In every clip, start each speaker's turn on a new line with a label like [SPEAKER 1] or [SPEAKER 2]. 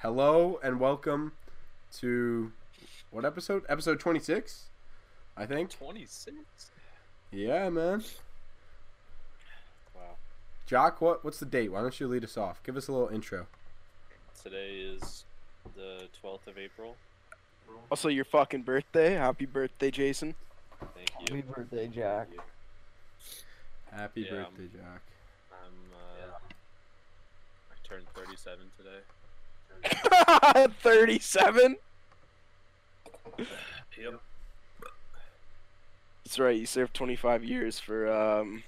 [SPEAKER 1] Hello and welcome to what episode? Episode 26, I think.
[SPEAKER 2] 26?
[SPEAKER 1] Yeah, man.
[SPEAKER 2] Wow.
[SPEAKER 1] Jock, what what's the date? Why don't you lead us off? Give us a little intro.
[SPEAKER 2] Today is the 12th of April.
[SPEAKER 3] Also, your fucking birthday. Happy birthday, Jason.
[SPEAKER 2] Thank you.
[SPEAKER 4] Happy birthday, Jack.
[SPEAKER 2] Thank you.
[SPEAKER 1] Happy
[SPEAKER 2] Yeah, I'm-
[SPEAKER 1] birthday, Jock.
[SPEAKER 2] I'm, uh, I turned 37 today.
[SPEAKER 3] 37?
[SPEAKER 2] Yep.
[SPEAKER 3] That's right. You served 25 years for um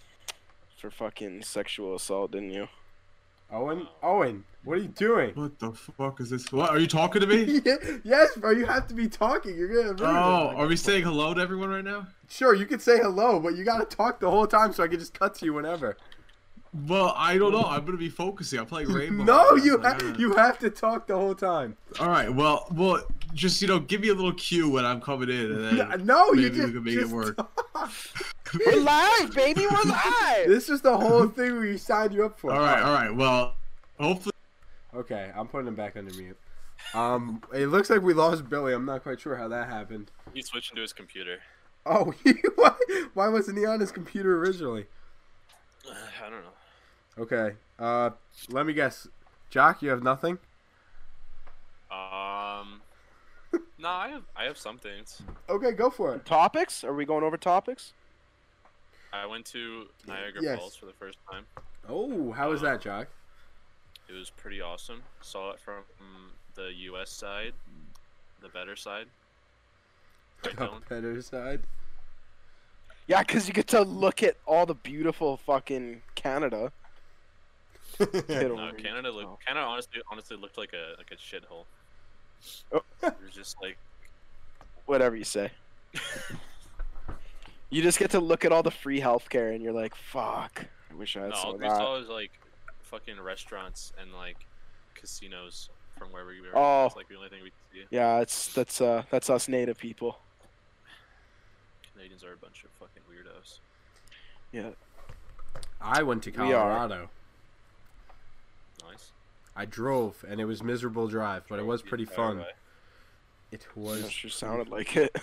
[SPEAKER 3] for fucking sexual assault, didn't you?
[SPEAKER 1] Owen,
[SPEAKER 2] Oh.
[SPEAKER 1] Owen, what are you doing?
[SPEAKER 5] What the fuck is this? What are you talking to me?
[SPEAKER 1] yes, bro, you have to be talking. You're gonna. ruin it.
[SPEAKER 5] oh, are we saying hello to everyone right now?
[SPEAKER 1] Sure, you can say hello, but you gotta talk the whole time so I can just cut to you whenever.
[SPEAKER 5] Well, I don't know. I'm gonna be focusing. I'm playing Rainbow.
[SPEAKER 1] no,
[SPEAKER 5] Right now,
[SPEAKER 1] you
[SPEAKER 5] so I
[SPEAKER 1] ha-
[SPEAKER 5] gotta-
[SPEAKER 1] you have to talk the whole time.
[SPEAKER 5] All right. Well, well, just you know, give me a little cue when I'm coming in, and
[SPEAKER 1] No,
[SPEAKER 5] then
[SPEAKER 1] no, you
[SPEAKER 5] maybe we
[SPEAKER 1] just,
[SPEAKER 5] can make it
[SPEAKER 1] just
[SPEAKER 5] work.
[SPEAKER 1] talk.
[SPEAKER 3] We're live, baby. We're live.
[SPEAKER 1] This is the whole thing we signed you up for.
[SPEAKER 5] all right, all right. Well, hopefully,
[SPEAKER 1] Okay, I'm putting him back under mute. Um, it looks like we lost Billy. I'm not quite sure how that happened.
[SPEAKER 2] He switched into his computer.
[SPEAKER 1] Oh, he, why, why wasn't he on his computer originally?
[SPEAKER 2] I don't know.
[SPEAKER 1] Okay, uh, let me guess. Jock, you have nothing?
[SPEAKER 2] Um, no, I have, I have some things.
[SPEAKER 1] Okay, go for it.
[SPEAKER 3] Topics? Are we going over topics?
[SPEAKER 2] I went to Niagara
[SPEAKER 1] Yes.
[SPEAKER 2] Falls for the first time.
[SPEAKER 1] Oh, how was that, Jock?
[SPEAKER 2] It was pretty awesome. Saw it from the U.S. side, the better side. Right,
[SPEAKER 1] The
[SPEAKER 2] Dylan?
[SPEAKER 1] better side.
[SPEAKER 3] Yeah, 'cause you get to look at all the beautiful fucking Canada. Get
[SPEAKER 2] No, Canada
[SPEAKER 3] over
[SPEAKER 1] Oh.
[SPEAKER 2] looked
[SPEAKER 3] yourself.
[SPEAKER 2] Canada honestly honestly looked like a like a shithole.
[SPEAKER 3] Oh.
[SPEAKER 2] it was just like
[SPEAKER 3] Whatever you say. you just get to look at all the free healthcare, and you're like, fuck. I wish I had
[SPEAKER 2] no,
[SPEAKER 3] some
[SPEAKER 2] all
[SPEAKER 3] of
[SPEAKER 2] we
[SPEAKER 3] that.
[SPEAKER 2] saw was like fucking restaurants and like casinos from where we were.
[SPEAKER 3] Oh.
[SPEAKER 2] It's like the only thing we could see.
[SPEAKER 3] Yeah, it's that's uh that's us native people.
[SPEAKER 2] Canadians are a bunch of fucking weirdos.
[SPEAKER 1] I went to
[SPEAKER 3] We are.
[SPEAKER 1] Colorado.
[SPEAKER 2] Nice.
[SPEAKER 1] I drove, and it was miserable drive, but it was pretty
[SPEAKER 2] Either
[SPEAKER 1] fun.
[SPEAKER 2] way,
[SPEAKER 1] It
[SPEAKER 3] That
[SPEAKER 1] was.
[SPEAKER 3] sure sounded like it.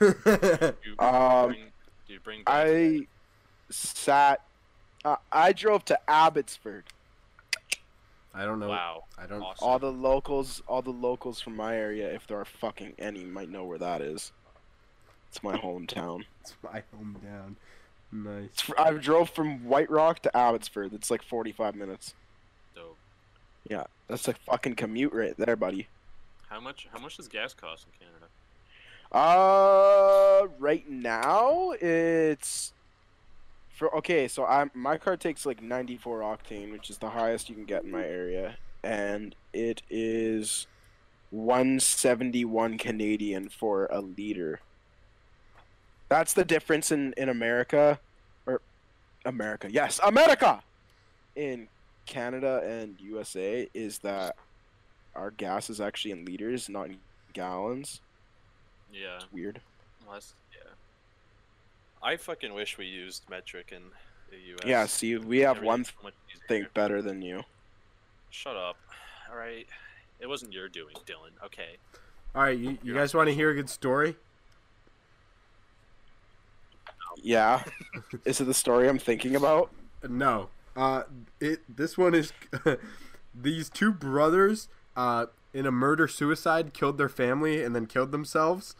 [SPEAKER 2] You
[SPEAKER 3] Um,
[SPEAKER 2] bring, do you bring back
[SPEAKER 3] I sat. Uh, I drove to Abbotsford.
[SPEAKER 1] I don't know.
[SPEAKER 2] Wow.
[SPEAKER 1] I don't.
[SPEAKER 2] Awesome.
[SPEAKER 3] All the locals, all the locals from my area, if there are fucking any, might know where that is. It's my hometown.
[SPEAKER 1] It's my hometown. Nice.
[SPEAKER 3] It's fr- I drove from White Rock to Abbotsford. It's like 45 minutes.
[SPEAKER 2] Dope.
[SPEAKER 3] That's a fucking commute right there, buddy.
[SPEAKER 2] How much how much does gas cost in Canada?
[SPEAKER 3] Uh, right now it's for okay. So I am my car takes like 94 octane, which is the highest you can get in my area, and it is 171 Canadian for a liter. That's the difference in in America, or America. Yes, America. In Canada and USA, is that our gas is actually in liters, not in gallons
[SPEAKER 2] Yeah.
[SPEAKER 3] weird.
[SPEAKER 2] Well, that's, yeah. I fucking wish we used metric in the US.
[SPEAKER 3] Yeah, see, we have one
[SPEAKER 2] Everything's so much easier.
[SPEAKER 3] thing better than you.
[SPEAKER 1] Um,
[SPEAKER 2] Shut up. All right. It wasn't your doing, Dylan. Okay.
[SPEAKER 1] All right, you, you guys want to hear a good story?
[SPEAKER 3] Yeah. Is it the story I'm thinking about?
[SPEAKER 1] No. Uh, it this one is these two brothers uh, in a murder suicide killed their family and then killed themselves.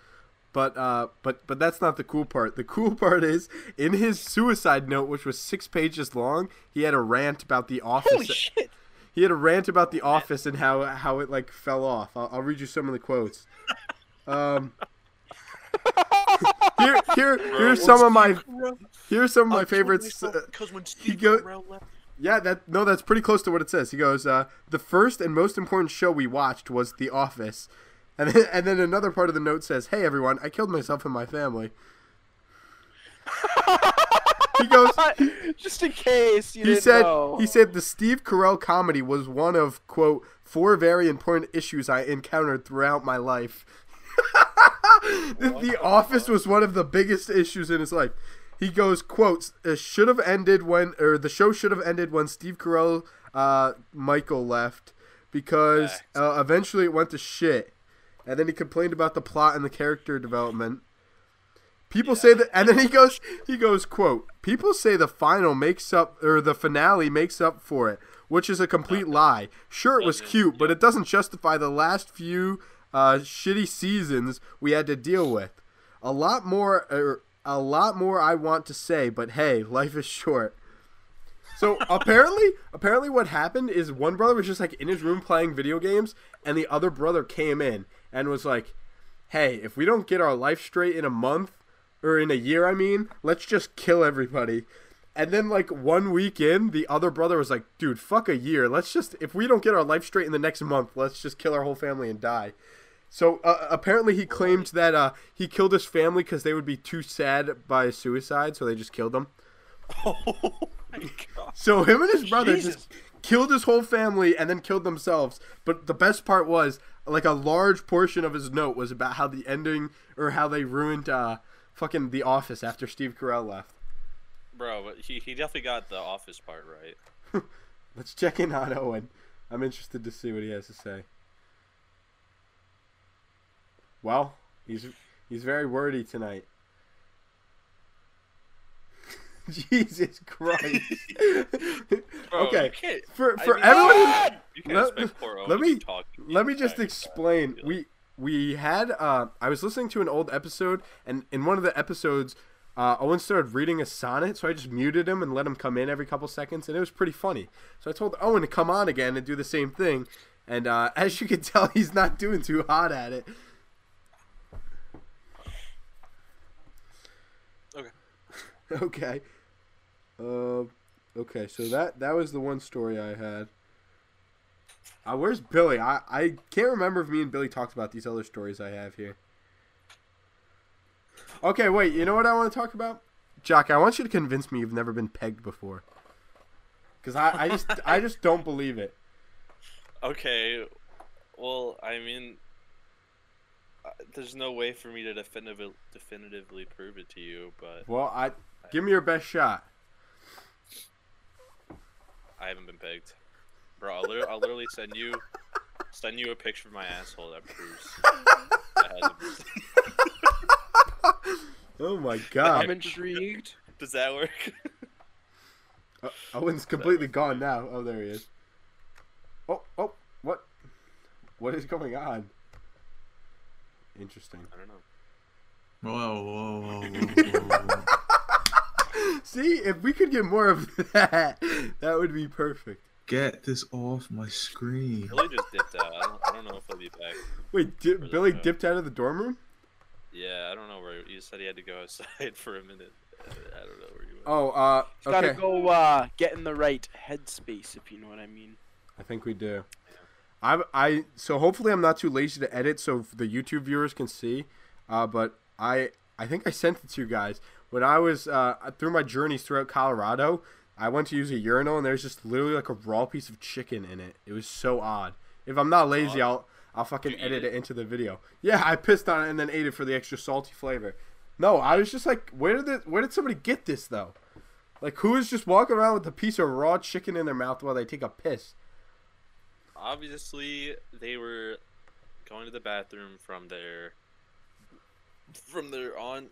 [SPEAKER 1] But uh, but but that's not the cool part. The cool part is in his suicide note, which was six pages long, he had a rant about the office.
[SPEAKER 3] shit!
[SPEAKER 1] he had a rant about the office and how how it like fell off. I'll, I'll read you some of the quotes. Um, here here here's some of my here's some of my favorites. uh,
[SPEAKER 2] Because when
[SPEAKER 1] Steve go-
[SPEAKER 2] left,
[SPEAKER 1] yeah, that no, that's pretty close to what it says. He goes, uh, "The first and most important show we watched was The Office," and then, and then another part of the note says, "Hey everyone, I killed myself and my family." he goes.
[SPEAKER 3] Just in case you
[SPEAKER 1] He
[SPEAKER 3] didn't
[SPEAKER 1] said.
[SPEAKER 3] know.
[SPEAKER 1] He said the Steve Carell comedy was one of quote four very important issues I encountered throughout my life. the, the Office was one of the biggest issues in his life. He goes, "quotes It should have ended when, or the show should have ended when Steve Carell, uh, Michael left, because
[SPEAKER 2] Facts.
[SPEAKER 1] uh, eventually it went to shit, and then he complained about the plot and the character development. People say
[SPEAKER 2] Yeah.
[SPEAKER 1] that, and then he goes, he goes, quote, "People say the final makes up or the finale makes up for it, which is a complete lie. Sure, it was
[SPEAKER 2] Doesn't,
[SPEAKER 1] cute, but it doesn't justify the last few uh, shitty seasons we had to deal with. A lot more, er, a lot more I want to say, but hey, life is short." So apparently, apparently, what happened is one brother was just like in his room playing video games, and the other brother came in and was like, "Hey, if we don't get our life straight in a month or in a year, I mean, let's just kill everybody." And then like one week in, the other brother was like, "Dude, fuck a year. Let's just if we don't get our life straight in the next month, let's just kill our whole family and die." So uh, apparently, he claimed that uh, he killed his family because they would be too sad by suicide, so they just killed them.
[SPEAKER 3] Oh my god.
[SPEAKER 1] So him and his brother
[SPEAKER 3] Jesus.
[SPEAKER 1] just killed his whole family and then killed themselves. But the best part was, like, a large portion of his note was about how the ending or how they ruined uh, fucking The Office after Steve Carell left.
[SPEAKER 2] Bro, but he, he definitely got the office part right.
[SPEAKER 1] Let's check in on Owen. I'm interested to see what he has to say. Well, he's he's very wordy tonight. Jesus Christ.
[SPEAKER 2] Bro,
[SPEAKER 1] okay.
[SPEAKER 2] You can't,
[SPEAKER 1] For
[SPEAKER 2] I
[SPEAKER 1] for
[SPEAKER 2] mean-
[SPEAKER 1] everyone
[SPEAKER 2] you can't
[SPEAKER 1] Let-
[SPEAKER 2] expect poor Owen
[SPEAKER 1] let
[SPEAKER 2] to
[SPEAKER 1] me-
[SPEAKER 2] talk
[SPEAKER 1] let me just
[SPEAKER 2] entire
[SPEAKER 1] explain.
[SPEAKER 2] time.
[SPEAKER 1] We we had uh, I was listening to an old episode, and in one of the episodes, uh, Owen started reading a sonnet, so I just muted him and let him come in every couple seconds, and it was pretty funny. So I told Owen to come on again and do the same thing, and uh, as you can tell, he's not doing too hot at it.
[SPEAKER 2] Okay.
[SPEAKER 1] okay. Uh, okay. So that that was the one story I had. Uh, where's Billy? I, I can't remember if me and Billy talked about these other stories I have here. Okay, wait. You know what I want to talk about, Jock? I want you to convince me you've never been pegged before. Cause I, I just I just don't believe it.
[SPEAKER 2] Okay, well, I mean, uh, there's no way for me to definitiv- definitively prove it to you, but
[SPEAKER 1] Well, I give me your best shot.
[SPEAKER 2] I haven't been pegged. Bro, I'll, lit- I'll literally send you send you a picture of my asshole that proves that hasn't been-
[SPEAKER 1] Oh my
[SPEAKER 3] I'm
[SPEAKER 1] god,
[SPEAKER 3] intrigued.
[SPEAKER 2] Does that work?
[SPEAKER 1] O- Uh, Owen's completely gone now. Oh, there he is. Oh oh, what what is going on? Interesting.
[SPEAKER 2] I don't know.
[SPEAKER 5] Whoa, whoa, whoa, whoa, whoa, whoa.
[SPEAKER 1] See, if we could get more of that, that would be perfect.
[SPEAKER 5] Get this off my screen.
[SPEAKER 2] Billy just dipped out. I don't, I don't know if he'll be back.
[SPEAKER 1] Wait, di-
[SPEAKER 2] the
[SPEAKER 1] Billy
[SPEAKER 2] show.
[SPEAKER 1] dipped out of the dorm room?
[SPEAKER 2] Yeah, I don't know where he said he had to go outside for a minute. I don't know where you went.
[SPEAKER 1] Oh, uh,
[SPEAKER 3] You
[SPEAKER 1] okay.
[SPEAKER 3] Gotta go uh, get in the right headspace, if you know what I mean.
[SPEAKER 1] I think we do. I, I, so hopefully I'm not too lazy to edit, so the YouTube viewers can see. Uh, but I, I think I sent it to you guys when I was uh, through my journeys throughout Colorado. I went to use a urinal, and there's just literally like a raw piece of chicken in it. It was so odd. If I'm not lazy,
[SPEAKER 2] Odd?
[SPEAKER 1] I'll, I'll fucking
[SPEAKER 2] You eat
[SPEAKER 1] edit
[SPEAKER 2] it?
[SPEAKER 1] it into the video. Yeah, I pissed on it and then ate it for the extra salty flavor. No, I was just like, where did the, where did somebody get this though? Like, who is just walking around with a piece of raw chicken in their mouth while they take a piss?
[SPEAKER 2] Obviously, they were going to the bathroom from their from their aunt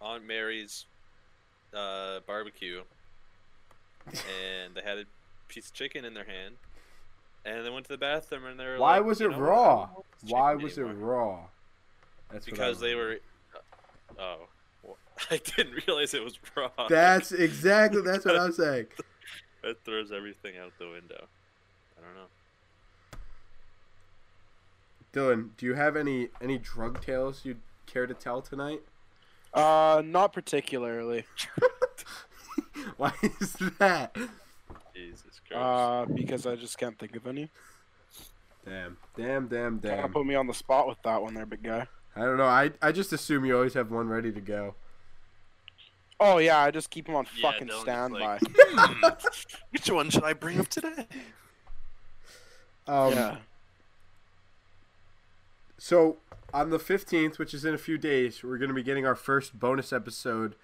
[SPEAKER 2] Aunt Mary's uh, barbecue, and they had a piece of chicken in their hand, and they went to the bathroom and they were
[SPEAKER 1] Why
[SPEAKER 2] like,
[SPEAKER 1] was
[SPEAKER 2] "You
[SPEAKER 1] it
[SPEAKER 2] know what? I don't
[SPEAKER 1] raw?
[SPEAKER 2] want this
[SPEAKER 1] Why
[SPEAKER 2] chicken
[SPEAKER 1] was it
[SPEAKER 2] anymore."
[SPEAKER 1] raw? That's what I
[SPEAKER 2] Because they
[SPEAKER 1] remember.
[SPEAKER 2] were. Oh, well, I didn't realize it was raw.
[SPEAKER 1] That's exactly that's what I'm saying.
[SPEAKER 2] That throws everything out the window. I don't know.
[SPEAKER 1] Dylan, do you have any any drug tales you care to tell tonight?
[SPEAKER 3] Uh, not particularly.
[SPEAKER 1] Why is that?
[SPEAKER 2] Jesus Christ.
[SPEAKER 3] Uh, because I just can't think of any.
[SPEAKER 1] Damn, damn, damn,
[SPEAKER 3] Kinda
[SPEAKER 1] damn.
[SPEAKER 3] put me on the spot with that one there, big guy.
[SPEAKER 1] I don't know. I I just assume you always have one ready to go.
[SPEAKER 3] Oh yeah, I just keep him on
[SPEAKER 2] Yeah,
[SPEAKER 3] fucking
[SPEAKER 2] Dylan's just
[SPEAKER 3] standby. Um,
[SPEAKER 2] like-
[SPEAKER 3] Which one should I bring up today?
[SPEAKER 1] Um,
[SPEAKER 3] yeah.
[SPEAKER 1] So on the fifteenth, which is in a few days, we're going to be getting our first bonus episode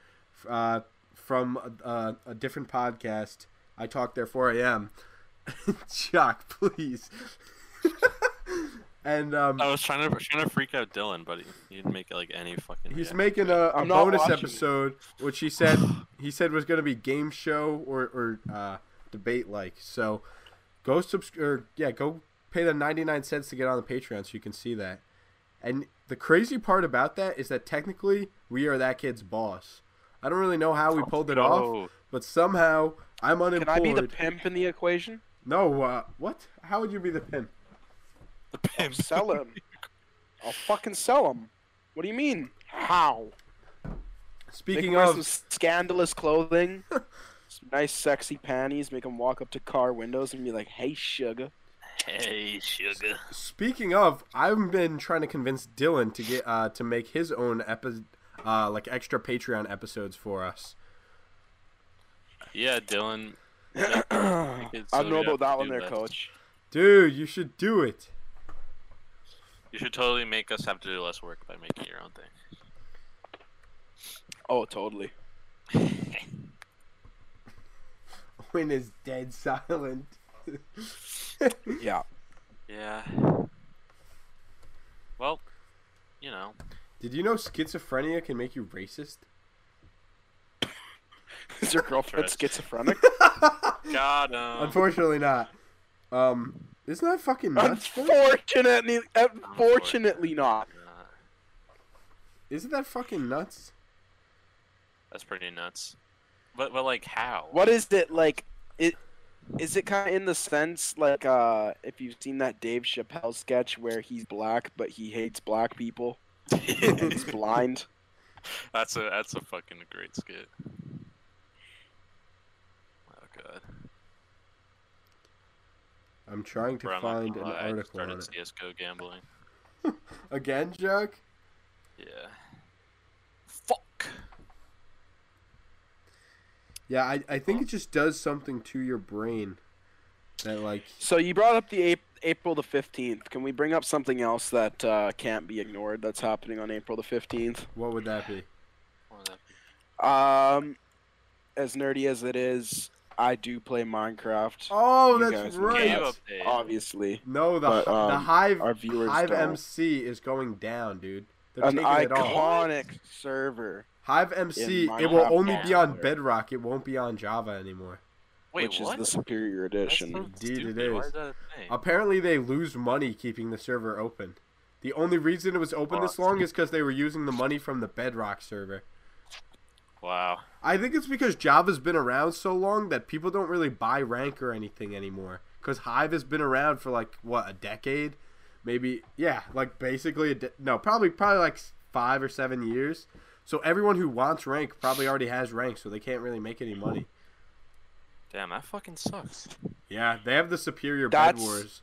[SPEAKER 1] uh, from a, a, a different podcast. I talked there four a.m. Chuck, please. and um,
[SPEAKER 2] I was trying to trying to freak out Dylan, but he- he'd make like any fucking.
[SPEAKER 1] he's
[SPEAKER 2] reaction.
[SPEAKER 1] making a, a
[SPEAKER 3] I'm not
[SPEAKER 1] bonus
[SPEAKER 3] watching it.
[SPEAKER 1] episode, which he said he said was going to be game show or or uh, debate like. So go subscribe. Or yeah, go pay the ninety nine cents to get on the Patreon so you can see that. And the crazy part about that is that technically we are that kid's boss. I don't really know how we pulled it off,
[SPEAKER 2] Oh,
[SPEAKER 1] but somehow I'm unemployed.
[SPEAKER 3] Can I be the pimp in the equation?
[SPEAKER 1] no, uh, what? How would you be the pimp?
[SPEAKER 2] the pimp.
[SPEAKER 3] Sell him. I'll fucking sell him. What do you mean? How? Make him
[SPEAKER 1] Speaking
[SPEAKER 3] wear
[SPEAKER 1] of
[SPEAKER 3] some scandalous clothing, some nice sexy panties. Make him walk up to car windows and be like, "Hey, sugar."
[SPEAKER 2] Hey, sugar.
[SPEAKER 1] Speaking of, I've been trying to convince Dylan to get uh, to make his own epi- uh, like extra Patreon episodes for us.
[SPEAKER 2] Yeah, Dylan.
[SPEAKER 3] I
[SPEAKER 2] It's
[SPEAKER 3] don't know
[SPEAKER 2] so
[SPEAKER 3] about that
[SPEAKER 2] tough
[SPEAKER 3] one
[SPEAKER 2] to
[SPEAKER 3] there,
[SPEAKER 2] do that.
[SPEAKER 3] coach.
[SPEAKER 1] Dude, you should do it.
[SPEAKER 2] You should totally make us have to do less work by making your own thing.
[SPEAKER 3] Oh, totally.
[SPEAKER 1] When is dead silent.
[SPEAKER 3] Yeah.
[SPEAKER 2] Yeah. Well, you know.
[SPEAKER 1] Did you know schizophrenia can make you racist?
[SPEAKER 3] Is your girlfriend
[SPEAKER 2] Interesting.
[SPEAKER 3] schizophrenic?
[SPEAKER 2] Got him.
[SPEAKER 1] Unfortunately not. Um, isn't that fucking nuts? bro?
[SPEAKER 3] unfortunately, unfortunately not.
[SPEAKER 2] Uh,
[SPEAKER 1] Isn't that fucking nuts?
[SPEAKER 2] that's pretty nuts. But but like how?
[SPEAKER 3] What is it like? It is it kind of in the sense like uh, if you've seen that Dave Chappelle sketch where he's black but he hates black people. he's blind.
[SPEAKER 2] that's a that's a fucking great skit. Oh god.
[SPEAKER 1] I'm trying to
[SPEAKER 2] Bro, I'm not
[SPEAKER 1] find an
[SPEAKER 2] gonna lie, I just
[SPEAKER 1] article on
[SPEAKER 2] started
[SPEAKER 1] it.
[SPEAKER 2] CS:GO gambling.
[SPEAKER 1] Again, Jack?
[SPEAKER 2] Yeah. Fuck.
[SPEAKER 1] Yeah, I, I think it just does something to your brain that like
[SPEAKER 3] So you brought up the Ap- April the fifteenth. Can we bring up something else that uh, can't be ignored that's happening on April the fifteenth?
[SPEAKER 1] what would that be?
[SPEAKER 2] What the-
[SPEAKER 3] Um, as nerdy as it is, I do play Minecraft.
[SPEAKER 1] Oh,
[SPEAKER 3] You
[SPEAKER 1] that's
[SPEAKER 3] guys know
[SPEAKER 1] right.
[SPEAKER 2] Game
[SPEAKER 3] Yes.
[SPEAKER 2] update.
[SPEAKER 3] Obviously,
[SPEAKER 1] No, the
[SPEAKER 3] But,
[SPEAKER 1] hi- the
[SPEAKER 3] um,
[SPEAKER 1] Hive
[SPEAKER 3] our viewers
[SPEAKER 1] Hive
[SPEAKER 3] don't.
[SPEAKER 1] MC is going down, dude. They're
[SPEAKER 3] an
[SPEAKER 1] taking it off.
[SPEAKER 3] iconic server,
[SPEAKER 1] Hive MC,
[SPEAKER 3] in
[SPEAKER 1] it will
[SPEAKER 3] Minecraft
[SPEAKER 1] only be on
[SPEAKER 3] multiplayer.
[SPEAKER 1] Bedrock. It won't be on Java anymore.
[SPEAKER 2] Wait,
[SPEAKER 3] which is
[SPEAKER 2] what?
[SPEAKER 3] the superior
[SPEAKER 2] That's so
[SPEAKER 3] edition.
[SPEAKER 1] Indeed it
[SPEAKER 2] stupid. Why
[SPEAKER 1] is.
[SPEAKER 2] is that a thing?
[SPEAKER 1] Apparently, they lose money keeping the server open. The only reason it was
[SPEAKER 3] Uh,
[SPEAKER 1] open this
[SPEAKER 2] Fuck.
[SPEAKER 1] long is because they were using the money from the Bedrock server.
[SPEAKER 2] Wow.
[SPEAKER 1] I think it's because Java's been around so long that people don't really buy rank or anything anymore. Because Hive has been around for like what a decade, maybe yeah, like basically a de- no, probably probably like s- five or seven years. So everyone who wants rank probably already has rank, so they can't really make any money.
[SPEAKER 2] Damn, that fucking sucks.
[SPEAKER 1] Yeah, they have the superior bed
[SPEAKER 3] That's-
[SPEAKER 1] wars.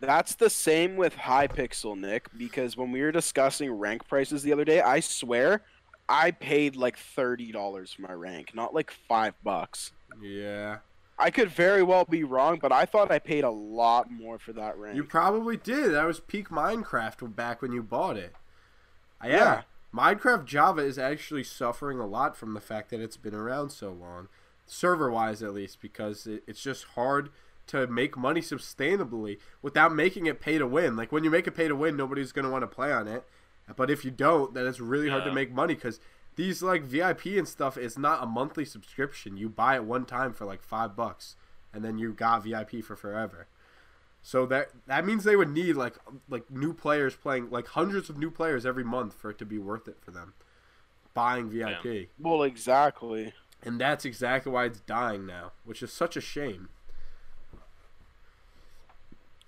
[SPEAKER 3] That's the same with Hypixel, Nick, because when we were discussing rank prices the other day, I swear I paid like thirty dollars for my rank, not like five bucks.
[SPEAKER 1] Yeah,
[SPEAKER 3] I could very well be wrong, but I thought I paid a lot more for that rank.
[SPEAKER 1] you probably did. That was peak Minecraft back when you bought it. Uh, Yeah.
[SPEAKER 3] Yeah.
[SPEAKER 1] Minecraft Java is actually suffering a lot from the fact that it's been around so long, server wise at least, because it, it's just hard to make money sustainably without making it pay to win. Like when you make it pay to win, nobody's going to want to play on it. But if you don't, then it's really hard to
[SPEAKER 2] Yeah.
[SPEAKER 1] make money because these like VIP and stuff is not a monthly subscription. You buy it one time for like five bucks, and then you got VIP for forever. So that that means they would need like like new players playing like hundreds of new players every month for it to be worth it for them buying VIP.
[SPEAKER 3] well, exactly.
[SPEAKER 1] And that's exactly why it's dying now, which is such a shame.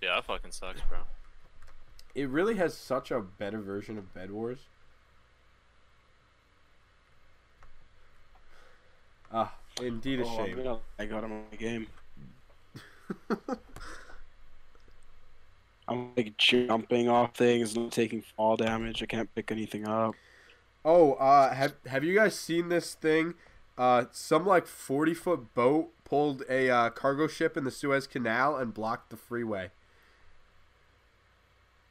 [SPEAKER 2] Yeah, that fucking sucks, bro.
[SPEAKER 1] It really has such a better version of Bed Wars. Ah, indeed a
[SPEAKER 3] Oh, I'm
[SPEAKER 1] shame.
[SPEAKER 3] gonna- I got him on the game. I'm like jumping off things, not taking fall damage. I can't pick anything up.
[SPEAKER 1] Oh, uh, have have you guys seen this thing? Uh, some like forty foot boat pulled a uh, cargo ship in the Suez Canal and blocked the freeway.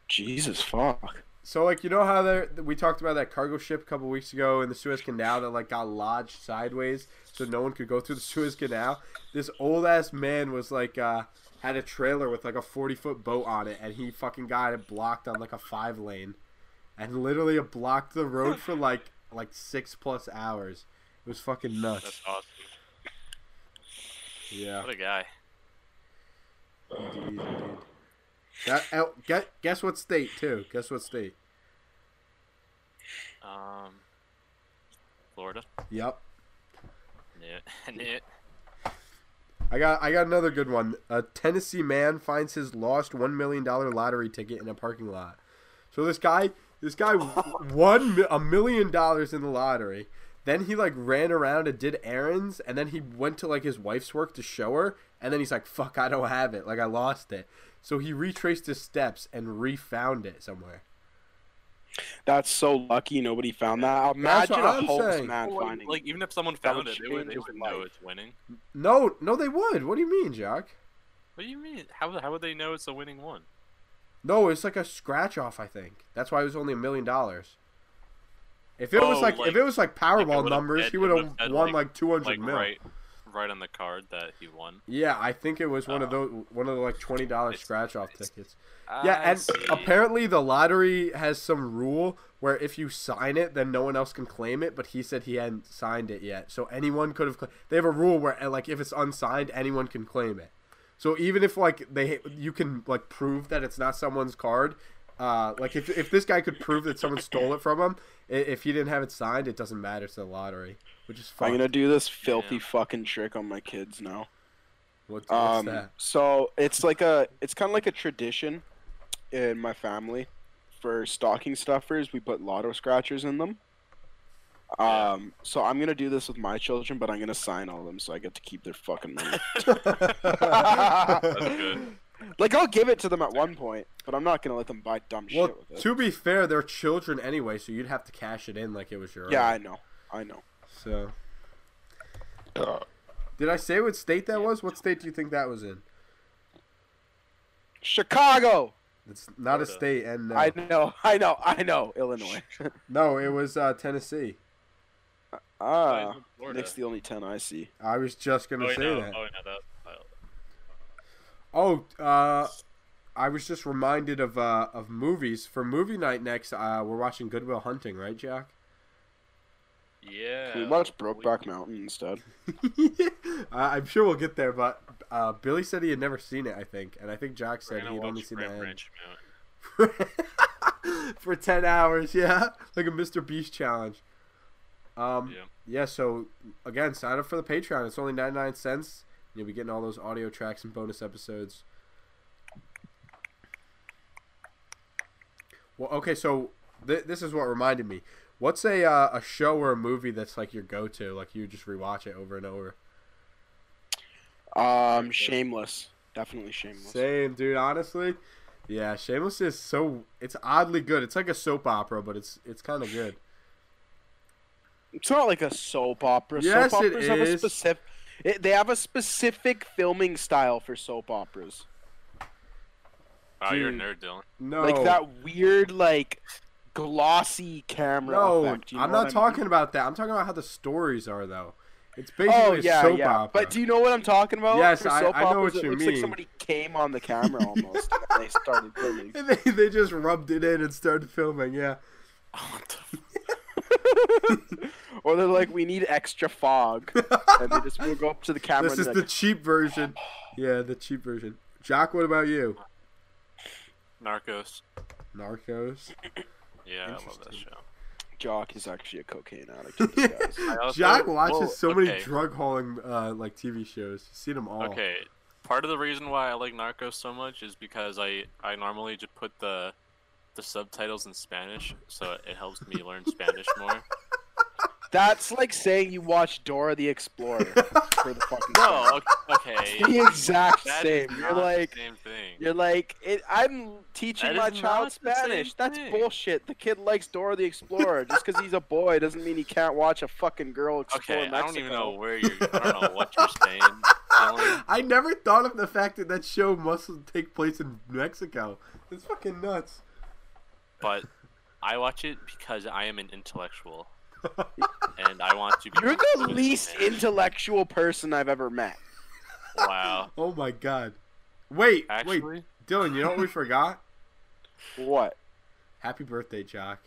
[SPEAKER 3] Jesus fuck.
[SPEAKER 1] So like you know how there we talked about that cargo ship a couple weeks ago in the Suez Canal that like got lodged sideways so no one could go through the Suez Canal. This old ass man was like uh had a trailer with like a 40 foot boat on it, and he fucking got it blocked on like a five lane, and literally it blocked the road for like like six plus hours. It was fucking nuts.
[SPEAKER 2] That's awesome.
[SPEAKER 1] Yeah.
[SPEAKER 2] What a guy.
[SPEAKER 1] Indeed, indeed. That, oh, guess, guess what state too? Guess what state?
[SPEAKER 2] Um, Florida.
[SPEAKER 1] Yep.
[SPEAKER 2] I knew it. I knew it.
[SPEAKER 1] I got I got another good one. A Tennessee man finds his lost one million dollar lottery ticket in a parking lot. So this guy this guy won mi- a million dollars in the lottery. Then he like ran around and did errands, and then he went to like his wife's work to show her, and then he's like, "Fuck, I don't have it. Like I lost it." So he retraced his steps and refound it somewhere.
[SPEAKER 3] That's so lucky nobody found that.
[SPEAKER 1] That's
[SPEAKER 3] Imagine
[SPEAKER 1] what
[SPEAKER 3] a
[SPEAKER 1] I'm
[SPEAKER 3] homeless
[SPEAKER 1] saying.
[SPEAKER 3] man
[SPEAKER 2] Well,
[SPEAKER 3] finding
[SPEAKER 2] like, even if someone
[SPEAKER 3] That
[SPEAKER 2] found
[SPEAKER 3] would
[SPEAKER 2] it, they, would,
[SPEAKER 3] change
[SPEAKER 2] they
[SPEAKER 3] his
[SPEAKER 2] wouldn't know
[SPEAKER 3] life.
[SPEAKER 2] it's winning.
[SPEAKER 1] No, no, they would. What do you mean, Jock?
[SPEAKER 2] What do you mean? How, how would they know it's a winning one?
[SPEAKER 1] No, it's like a scratch off. I think that's why it was only a million dollars. If it was
[SPEAKER 2] Oh,
[SPEAKER 1] like,
[SPEAKER 2] like-
[SPEAKER 1] if it was like Powerball
[SPEAKER 2] would've
[SPEAKER 1] numbers,
[SPEAKER 2] said-
[SPEAKER 1] he
[SPEAKER 2] it
[SPEAKER 1] would
[SPEAKER 2] would've
[SPEAKER 1] have
[SPEAKER 2] said,
[SPEAKER 1] won
[SPEAKER 2] like-
[SPEAKER 1] like two hundred
[SPEAKER 2] Like,
[SPEAKER 1] mil.
[SPEAKER 2] right right on the card that he won.
[SPEAKER 1] Yeah, I think it was one of
[SPEAKER 2] Oh.
[SPEAKER 1] those one of the like twenty dollars
[SPEAKER 2] It's-
[SPEAKER 1] scratch off
[SPEAKER 2] it's-
[SPEAKER 1] tickets. Yeah,
[SPEAKER 2] I
[SPEAKER 1] and
[SPEAKER 2] see.
[SPEAKER 1] apparently the lottery has some rule where if you sign it, then no one else can claim it. But he said he hadn't signed it yet, so anyone could have. Cla- they have a rule where, uh, like, if it's unsigned, anyone can claim it. So even if like they, you can like prove that it's not someone's card. Uh, like if if this guy could prove that someone stole it from him, i- if he didn't have it signed, it doesn't matter to the lottery, which is
[SPEAKER 3] I'm
[SPEAKER 1] fine.
[SPEAKER 3] gonna do this filthy
[SPEAKER 2] Yeah.
[SPEAKER 3] fucking trick on my kids now.
[SPEAKER 1] What's, what's
[SPEAKER 3] Um,
[SPEAKER 1] that?
[SPEAKER 3] so it's like a, it's kind of like a tradition in my family. For stocking stuffers, we put lotto scratchers in them.
[SPEAKER 2] Yeah.
[SPEAKER 3] Um, so I'm gonna do this with my children, but I'm gonna sign all of them so I get to keep their fucking money.
[SPEAKER 2] That's good.
[SPEAKER 3] like I'll give it to them at one point, but I'm not gonna let them buy dumb
[SPEAKER 1] Well,
[SPEAKER 3] shit with it.
[SPEAKER 1] to be fair, they're children anyway, so you'd have to cash it in like it was your own.
[SPEAKER 3] Yeah, I know, I know.
[SPEAKER 1] So.
[SPEAKER 2] Uh.
[SPEAKER 1] Did I say what state that was? What state do you think that was in?
[SPEAKER 3] Chicago.
[SPEAKER 1] It's not a
[SPEAKER 2] Florida.
[SPEAKER 1] state, and no,
[SPEAKER 3] I know, I know, I know. Illinois.
[SPEAKER 1] no it was uh, Tennessee.
[SPEAKER 3] Ah,
[SPEAKER 2] Florida.
[SPEAKER 3] Nick's the only ten I see.
[SPEAKER 1] I was just
[SPEAKER 2] oh,
[SPEAKER 1] gonna
[SPEAKER 2] wait,
[SPEAKER 1] say
[SPEAKER 2] no.
[SPEAKER 1] that.
[SPEAKER 2] Oh, no, that.
[SPEAKER 1] Oh, uh, I was just reminded of uh, of movies for movie night next. Uh, we're watching Goodwill Hunting, right, Jack?
[SPEAKER 2] Yeah.
[SPEAKER 3] Can we watch Brokeback Mountain instead?
[SPEAKER 1] I- I'm sure we'll get there, but uh, Billy said he had never seen it. I think, and I think Jack
[SPEAKER 2] We're
[SPEAKER 1] said
[SPEAKER 2] gonna
[SPEAKER 1] he'd only
[SPEAKER 2] watch
[SPEAKER 1] seen
[SPEAKER 2] Grand
[SPEAKER 1] the end.
[SPEAKER 2] Branch Mountain.
[SPEAKER 1] for 10 hours yeah like a mr beast challenge um yeah.
[SPEAKER 2] Yeah.
[SPEAKER 1] so again sign up for the patreon it's only 99 cents you'll be getting all those audio tracks and bonus episodes well okay so th- this is what reminded me what's a uh, a show or a movie that's like your go-to like you just rewatch it over and over
[SPEAKER 3] Um, Shameless. Definitely Shameless.
[SPEAKER 1] Same, dude. Honestly, yeah. Shameless is so it's oddly good. It's like a soap opera, but it's it's kind of good.
[SPEAKER 3] It's not like a soap opera.
[SPEAKER 1] Yes, it
[SPEAKER 3] soap operas have a
[SPEAKER 1] is.
[SPEAKER 3] specific. It, they have a specific filming style for soap operas.
[SPEAKER 2] Wow, Oh, you're a
[SPEAKER 1] Dude.
[SPEAKER 2] nerd, Dylan.
[SPEAKER 1] No,
[SPEAKER 3] Like that weird, like glossy camera
[SPEAKER 1] No,
[SPEAKER 3] effect. you know
[SPEAKER 1] I'm
[SPEAKER 3] what
[SPEAKER 1] not
[SPEAKER 3] I mean?
[SPEAKER 1] talking about that. I'm talking about how the stories are though. It's basically
[SPEAKER 3] Oh
[SPEAKER 1] a
[SPEAKER 3] yeah,
[SPEAKER 1] soap
[SPEAKER 3] yeah.
[SPEAKER 1] opera.
[SPEAKER 3] But do you know what I'm talking about?
[SPEAKER 1] Yes,
[SPEAKER 3] For
[SPEAKER 1] I-
[SPEAKER 3] soap
[SPEAKER 1] I know
[SPEAKER 3] operas,
[SPEAKER 1] what
[SPEAKER 3] it
[SPEAKER 1] you
[SPEAKER 3] looks
[SPEAKER 1] mean.
[SPEAKER 3] Like somebody came on the camera almost, and they started filming.
[SPEAKER 1] And they, they just rubbed it in and started filming. Yeah,
[SPEAKER 3] or they're like, "We need extra fog," and they just will go up to the camera.
[SPEAKER 1] this
[SPEAKER 3] and
[SPEAKER 1] is
[SPEAKER 3] be
[SPEAKER 1] the
[SPEAKER 3] like,
[SPEAKER 1] cheap version. Yeah, the cheap version. Jock, what about you?
[SPEAKER 2] Narcos.
[SPEAKER 1] Narcos.
[SPEAKER 2] Yeah, I love that
[SPEAKER 1] Interesting.
[SPEAKER 2] show.
[SPEAKER 3] Jock is actually a cocaine addict. in disguise.
[SPEAKER 2] also-
[SPEAKER 1] Jock watches
[SPEAKER 2] Whoa,
[SPEAKER 1] so many
[SPEAKER 2] okay.
[SPEAKER 1] drug hauling uh, like TV shows. He's seen them
[SPEAKER 3] Oh.
[SPEAKER 1] all.
[SPEAKER 2] Okay, part of the reason why I like Narcos so much is because I I normally just put the the subtitles in Spanish, so it helps me learn Spanish more.
[SPEAKER 3] That's like saying you watch Dora the Explorer for the fucking.
[SPEAKER 2] No, o- Oh, okay,
[SPEAKER 3] It's the exact
[SPEAKER 2] that
[SPEAKER 3] same.
[SPEAKER 2] is
[SPEAKER 3] You're
[SPEAKER 2] not the
[SPEAKER 3] like,
[SPEAKER 2] same thing.
[SPEAKER 3] you're like, it, I'm teaching
[SPEAKER 2] That
[SPEAKER 3] my
[SPEAKER 2] is
[SPEAKER 3] child
[SPEAKER 2] not the same
[SPEAKER 3] Spanish. That's
[SPEAKER 2] thing.
[SPEAKER 3] bullshit. The kid likes Dora the Explorer. Just because he's a boy doesn't mean he can't watch a fucking girl explore
[SPEAKER 2] Okay, I
[SPEAKER 3] Mexico.
[SPEAKER 2] don't even know where you're. I don't know what you're saying. Dylan.
[SPEAKER 1] I never thought of the fact that that show must take place in Mexico. It's fucking nuts.
[SPEAKER 2] but I watch it because I am an intellectual, and I want to. Be
[SPEAKER 3] You're the
[SPEAKER 2] fluent in
[SPEAKER 3] least
[SPEAKER 2] Spanish.
[SPEAKER 3] intellectual person I've ever met.
[SPEAKER 2] Wow.
[SPEAKER 1] Oh my god. Wait,
[SPEAKER 2] Actually,
[SPEAKER 1] wait, Dylan, you know what we forgot?
[SPEAKER 3] What?
[SPEAKER 1] Happy birthday, Jock.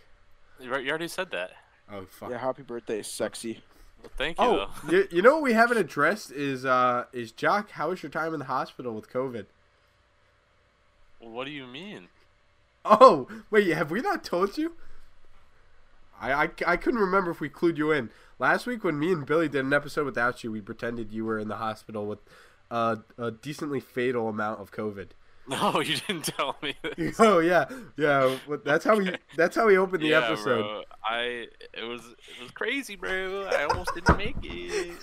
[SPEAKER 2] you al- you already said that.
[SPEAKER 1] Oh fuck.
[SPEAKER 3] Yeah, happy birthday, sexy.
[SPEAKER 2] Well, thank you.
[SPEAKER 1] Oh,
[SPEAKER 2] though.
[SPEAKER 1] you, you know what we haven't addressed is uh is Jock. How was your time in the hospital with COVID?
[SPEAKER 2] What do you mean?
[SPEAKER 1] Oh wait, have we not told you? I, I, I couldn't remember if we clued you in last week when me and Billy did an episode without you. We pretended you were in the hospital with uh, a decently fatal amount of COVID.
[SPEAKER 2] No, you didn't tell me. That.
[SPEAKER 1] oh yeah, yeah. but That's how we
[SPEAKER 2] Okay.
[SPEAKER 1] that's how we opened the
[SPEAKER 2] yeah,
[SPEAKER 1] episode.
[SPEAKER 2] bro. I it was it was crazy, bro. I almost didn't make it.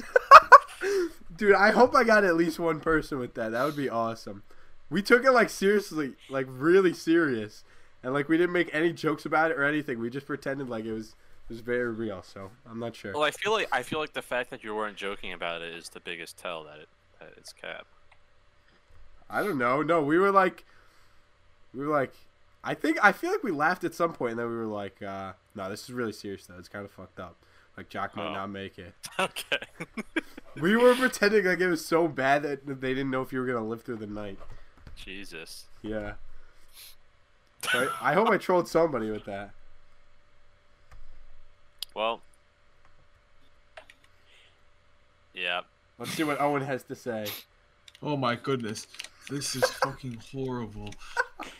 [SPEAKER 1] Dude, I hope I got at least one person with that. That would be awesome. We took it like seriously, like really serious, and like we didn't make any jokes about it or anything. We just pretended like it was it was very real. So I'm not sure.
[SPEAKER 2] Well, I feel like I feel like the fact that you weren't joking about it is the biggest tell that, it, that it's cap.
[SPEAKER 1] I don't know. No, we were like, we were like, I think I feel like we laughed at some point, and then we were like, uh, no, this is really serious though. It's kind of fucked up. Like Jock might
[SPEAKER 2] Oh.
[SPEAKER 1] not make it.
[SPEAKER 2] Okay.
[SPEAKER 1] We were pretending like it was so bad that they didn't know if you were gonna live through the night.
[SPEAKER 2] Jesus.
[SPEAKER 1] Yeah. So I, I hope I trolled somebody with that.
[SPEAKER 2] Well. Yeah.
[SPEAKER 1] Let's see what Owen has to say.
[SPEAKER 5] Oh my goodness. This is fucking horrible.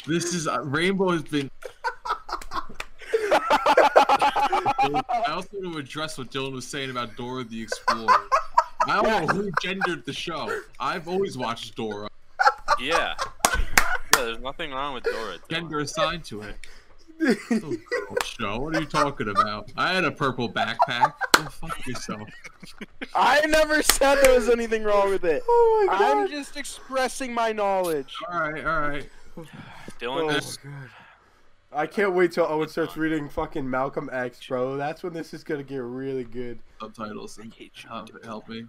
[SPEAKER 5] This is uh, Rainbow has been. I also want to address what Dylan was saying about Dora the Explorer. I don't know who gendered the show. I've always watched Dora.
[SPEAKER 2] Yeah. Yeah, there's nothing wrong with Dora. Dylan.
[SPEAKER 5] Gender assigned to it. It's a girl show. What are you talking about? I had a purple backpack. Go fuck yourself.
[SPEAKER 3] I never said there was anything wrong with it.
[SPEAKER 1] oh my god.
[SPEAKER 3] I'm just expressing my knowledge.
[SPEAKER 5] All right, all right.
[SPEAKER 2] Dylan,
[SPEAKER 5] Oh.
[SPEAKER 2] just-
[SPEAKER 1] I can't wait till Owen starts reading fucking Malcolm X, bro. That's when this is gonna get really good.
[SPEAKER 5] Subtitles and help, help me.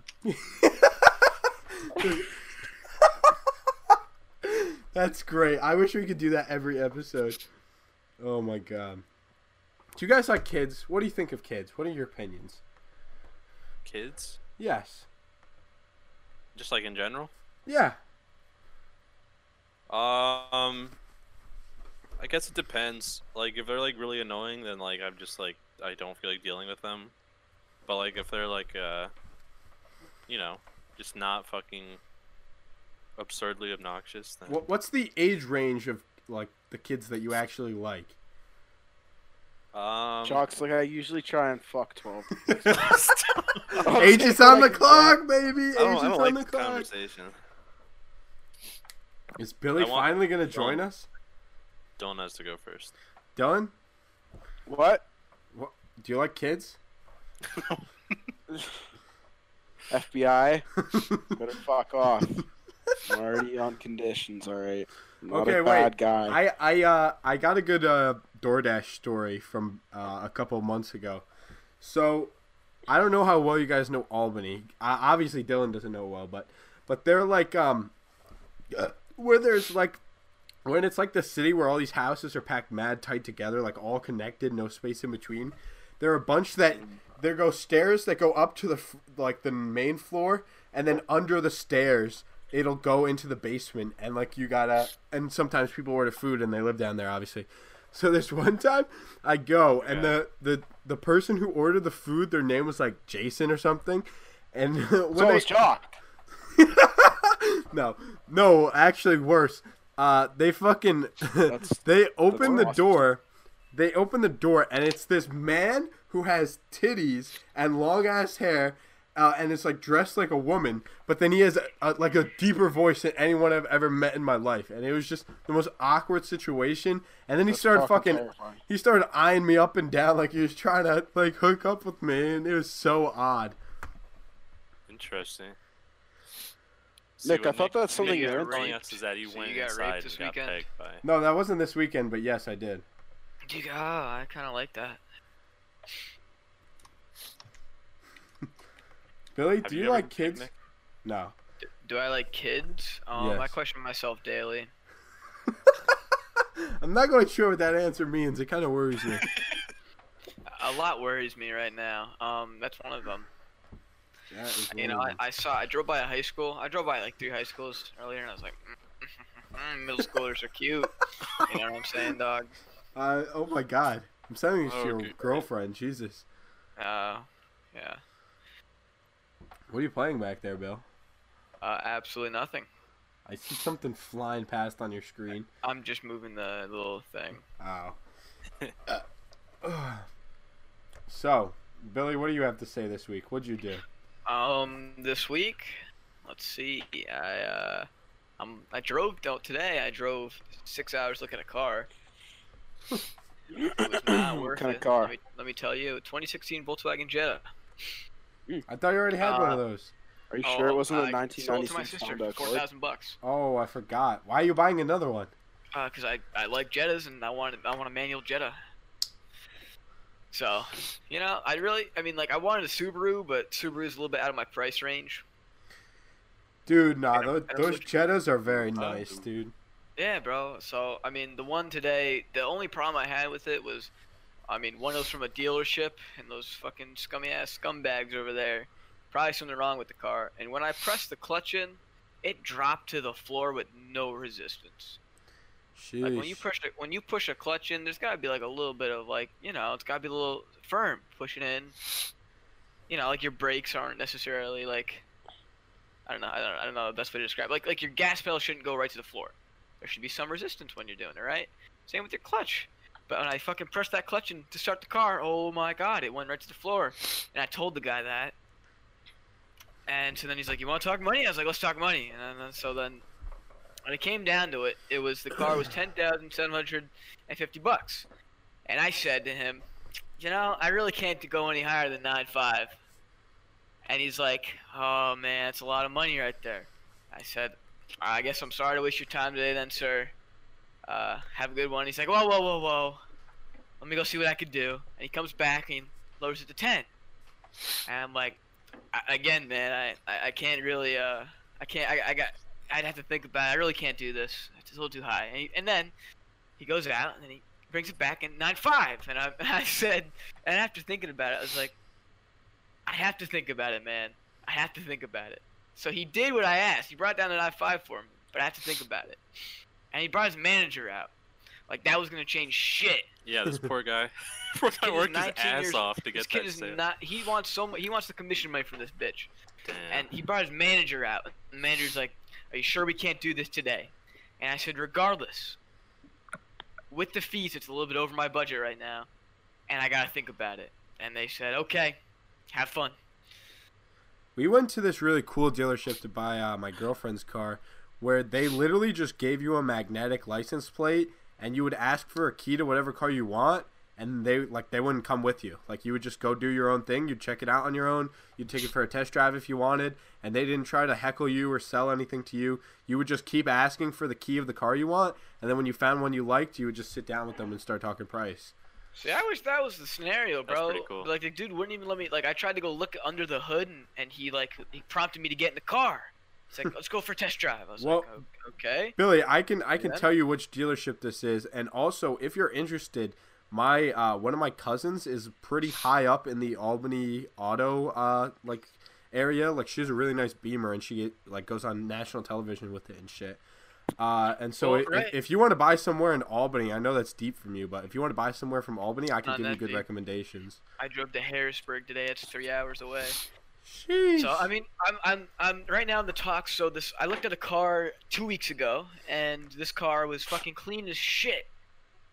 [SPEAKER 1] That's great. I wish we could do that every episode. Oh my god. Do you guys like kids? What do you think of kids? What are your opinions?
[SPEAKER 2] kids,
[SPEAKER 1] Yes.
[SPEAKER 2] just like in general.
[SPEAKER 1] Yeah.
[SPEAKER 2] Um, I guess it depends. Like, if they're like really annoying, then like I'm just like I don't feel like dealing with them. But like if they're like uh, you know, just not fucking absurdly obnoxious, then
[SPEAKER 1] What, what's the age range of like the kids that you actually like?
[SPEAKER 2] um,
[SPEAKER 3] Jock's like I usually try and fuck twelve.
[SPEAKER 1] Age is on the clock, baby. Age is
[SPEAKER 2] I don't, I don't
[SPEAKER 1] on
[SPEAKER 2] like
[SPEAKER 1] the
[SPEAKER 2] the
[SPEAKER 1] clock.
[SPEAKER 2] conversation.
[SPEAKER 1] Is Billy
[SPEAKER 2] I want-
[SPEAKER 1] finally gonna join us?
[SPEAKER 2] Dylan has to go first.
[SPEAKER 1] Dylan,
[SPEAKER 3] What?
[SPEAKER 1] what, do you like kids?
[SPEAKER 3] FBI? Better fuck off. I'm already on conditions, alright. Not
[SPEAKER 1] Okay,
[SPEAKER 3] a
[SPEAKER 1] wait.
[SPEAKER 3] bad guy.
[SPEAKER 1] I I uh I got a good uh DoorDash story from uh, a couple of months ago. So I don't know how well you guys know Albany. Uh, obviously Dylan doesn't know well, but but they're like um uh, where there's like when it's like the city where all these houses are packed mad tight together, like all connected, no space in between. There are a bunch that there go stairs that go up to the f- like the main floor, and then under the stairs it'll go into the basement, and like you gotta. And sometimes people order food and they live down there, obviously. So there's one time I go and the, the the person who ordered the food, their name was like Jason or something, and when
[SPEAKER 3] so
[SPEAKER 1] they,
[SPEAKER 3] is Jock.
[SPEAKER 1] no, no, actually worse. Uh, they fucking they open the
[SPEAKER 3] awesome.
[SPEAKER 1] door. They open the door and it's this man who has titties and long ass hair, uh, and it's like dressed like a woman. But then he has a, a, like a deeper voice than anyone I've ever met in my life, and it was just the most awkward situation. And then he started fucking.
[SPEAKER 3] terrifying.
[SPEAKER 1] He started eyeing me up and down like he was trying to like hook up with me, and it was so odd.
[SPEAKER 2] Interesting.
[SPEAKER 3] Nick, I thought that's something
[SPEAKER 2] you
[SPEAKER 3] you
[SPEAKER 2] were
[SPEAKER 3] learned.
[SPEAKER 2] telling us is that he
[SPEAKER 4] So
[SPEAKER 2] went
[SPEAKER 4] you got raped
[SPEAKER 2] inside
[SPEAKER 4] this
[SPEAKER 2] and got
[SPEAKER 4] weekend?
[SPEAKER 2] pegged by.
[SPEAKER 1] No, that wasn't this weekend, but yes, I did.
[SPEAKER 4] You go, oh, I kind of like that.
[SPEAKER 1] Billy,
[SPEAKER 2] Have
[SPEAKER 1] do
[SPEAKER 2] you
[SPEAKER 1] you,
[SPEAKER 2] ever
[SPEAKER 1] like
[SPEAKER 2] been
[SPEAKER 1] kids?
[SPEAKER 2] picnic?
[SPEAKER 1] No.
[SPEAKER 4] Do I like kids? Um, I
[SPEAKER 1] Yes.
[SPEAKER 4] question myself daily.
[SPEAKER 1] I'm not quite sure what that answer means. It kind of worries me.
[SPEAKER 4] A lot worries me right now. Um, that's one of them.
[SPEAKER 1] That is
[SPEAKER 4] You know,
[SPEAKER 1] one
[SPEAKER 4] I,
[SPEAKER 1] of them.
[SPEAKER 4] I saw I drove by a high school. I drove by like three high schools earlier, and I was like, mm, mm, middle schoolers are cute. You know what I'm saying, dog?
[SPEAKER 1] Uh, oh my God, I'm sending this to your
[SPEAKER 2] Okay.
[SPEAKER 1] girlfriend. Jesus,
[SPEAKER 4] Uh, yeah.
[SPEAKER 1] what are you playing back there, Bill?
[SPEAKER 4] Uh, absolutely nothing.
[SPEAKER 1] I see something flying past on your screen.
[SPEAKER 4] I'm just moving the little thing.
[SPEAKER 1] Oh. Uh, so, Billy, what do you have to say this week? What'd you do?
[SPEAKER 4] Um, this week, let's see. I uh, I'm I drove do today. I drove six hours looking at a car. It was not
[SPEAKER 3] What
[SPEAKER 4] worth
[SPEAKER 3] kind
[SPEAKER 4] it.
[SPEAKER 3] of car?
[SPEAKER 4] Let me, let me tell you, 2016 Volkswagen Jetta.
[SPEAKER 1] I thought you already had one of
[SPEAKER 4] Uh,
[SPEAKER 1] those.
[SPEAKER 3] Are you sure it wasn't a
[SPEAKER 4] Oh, I sold it to my
[SPEAKER 3] 1996
[SPEAKER 4] sister
[SPEAKER 3] Honda
[SPEAKER 4] for four
[SPEAKER 3] Accord?
[SPEAKER 4] thousand bucks.
[SPEAKER 1] Oh, I forgot. Why are you buying another one?
[SPEAKER 4] because I, I like Jettas and I wanted I want a manual Jetta. So, you know, I really I mean like I wanted a Subaru, but Subaru's a little bit out of my price range.
[SPEAKER 1] Dude, nah,
[SPEAKER 4] And a-
[SPEAKER 1] those,
[SPEAKER 4] and a
[SPEAKER 1] those
[SPEAKER 4] switch-
[SPEAKER 1] Jettas are very
[SPEAKER 5] Uh,
[SPEAKER 1] nice, dude.
[SPEAKER 4] Yeah, bro. So I mean the one today, the only problem I had with it was, I mean one was from a dealership and those fucking scummy ass scumbags over there, probably something wrong with the car. And when I pressed the clutch in, it dropped to the floor with no resistance.
[SPEAKER 1] Sheesh.
[SPEAKER 4] Like when you push it, when you push a clutch in, there's got to be like a little bit of like you know, it's got to be a little firm pushing in. You know, like your brakes aren't necessarily like I don't know, I don't, I don't know the best way to describe. Like like your gas pedal shouldn't go right to the floor. There should be some resistance when you're doing it, right? Same with your clutch. But when I fucking pressed that clutch in to start the car, oh my god, it went right to the floor. And I told the guy that. And so then he's like, "You want to talk money?" I was like, "Let's talk money." And then, so then when it came down to it, it was the car was ten thousand seven hundred and fifty bucks, and I said to him, "You know, I really can't go any higher than nine five. And he's like, "Oh man, it's a lot of money right there." I said, "I guess I'm sorry to waste your time today, then, sir. Uh, have a good one." He's like, "Whoa, whoa, whoa, whoa. Let me go see what I could do." And he comes back and lowers it to ten. And I'm like, I- "Again, man, I, I, I can't really uh." I can't. I, I got. I'd have to think about it. I really can't do this. It's a little too high. And, he, and then he goes out and then he brings it back in nine five. And I, I said, and after thinking about it, I was like, I have to think about it, man. I have to think about it. So he did what I asked. He brought down the nine five for me, but I have to think about it. And he brought his manager out. Like that was gonna change shit.
[SPEAKER 2] Yeah, this poor guy. poor
[SPEAKER 4] kid
[SPEAKER 2] guy
[SPEAKER 4] is
[SPEAKER 2] worked his
[SPEAKER 4] 19
[SPEAKER 2] ass
[SPEAKER 4] years-
[SPEAKER 2] off to
[SPEAKER 4] This
[SPEAKER 2] get
[SPEAKER 4] kid
[SPEAKER 2] that
[SPEAKER 4] is
[SPEAKER 2] sale.
[SPEAKER 4] not. He wants so much. He wants the commission money from this bitch.
[SPEAKER 2] Damn.
[SPEAKER 4] and he brought his manager out. The manager's like, "Are you sure we can't do this today?" And I said, "Regardless, with the fees, it's a little bit over my budget right now, and I gotta think about it." And they said, "Okay, have fun."
[SPEAKER 1] We went to this really cool dealership to buy uh, my girlfriend's car, where they literally just gave you a magnetic license plate, and you would ask for a key to whatever car you want, and they like they wouldn't come with you. Like you would just go do your own thing, you'd check it out on your own, you'd take it for a test drive if you wanted, and they didn't try to heckle you or sell anything to you. You would just keep asking for the key of the car you want, and then when you found one you liked, you would just sit down with them and start talking price.
[SPEAKER 4] See, I wish that was the scenario,
[SPEAKER 2] That's
[SPEAKER 4] bro.
[SPEAKER 2] pretty cool.
[SPEAKER 4] Like the dude wouldn't even let me. Like I tried to go look under the hood, and, and he like he prompted me to get in the car. He's like, "Let's go for a test drive." I was like,
[SPEAKER 1] Well-
[SPEAKER 4] "O- "Okay."
[SPEAKER 1] Billy, I can I can
[SPEAKER 4] Yeah.
[SPEAKER 1] tell you which dealership this is, and also if you're interested, my uh, one of my cousins is pretty high up in the Albany auto uh, like area. Like she has a really nice Beamer, and she like goes on national television with it and shit. Uh, and so
[SPEAKER 4] Well,
[SPEAKER 1] i-
[SPEAKER 4] right.
[SPEAKER 1] if, if you want to buy somewhere in Albany, I know that's deep from you, but if you want to buy somewhere from Albany, I can
[SPEAKER 4] Not
[SPEAKER 1] give you
[SPEAKER 4] that
[SPEAKER 1] good
[SPEAKER 4] deep.
[SPEAKER 1] recommendations.
[SPEAKER 4] I drove to Harrisburg today. It's three hours away.
[SPEAKER 1] Sheesh.
[SPEAKER 4] So I mean, I'm I'm I'm right now in the talks. So this I looked at a car two weeks ago, and this car was fucking clean as shit.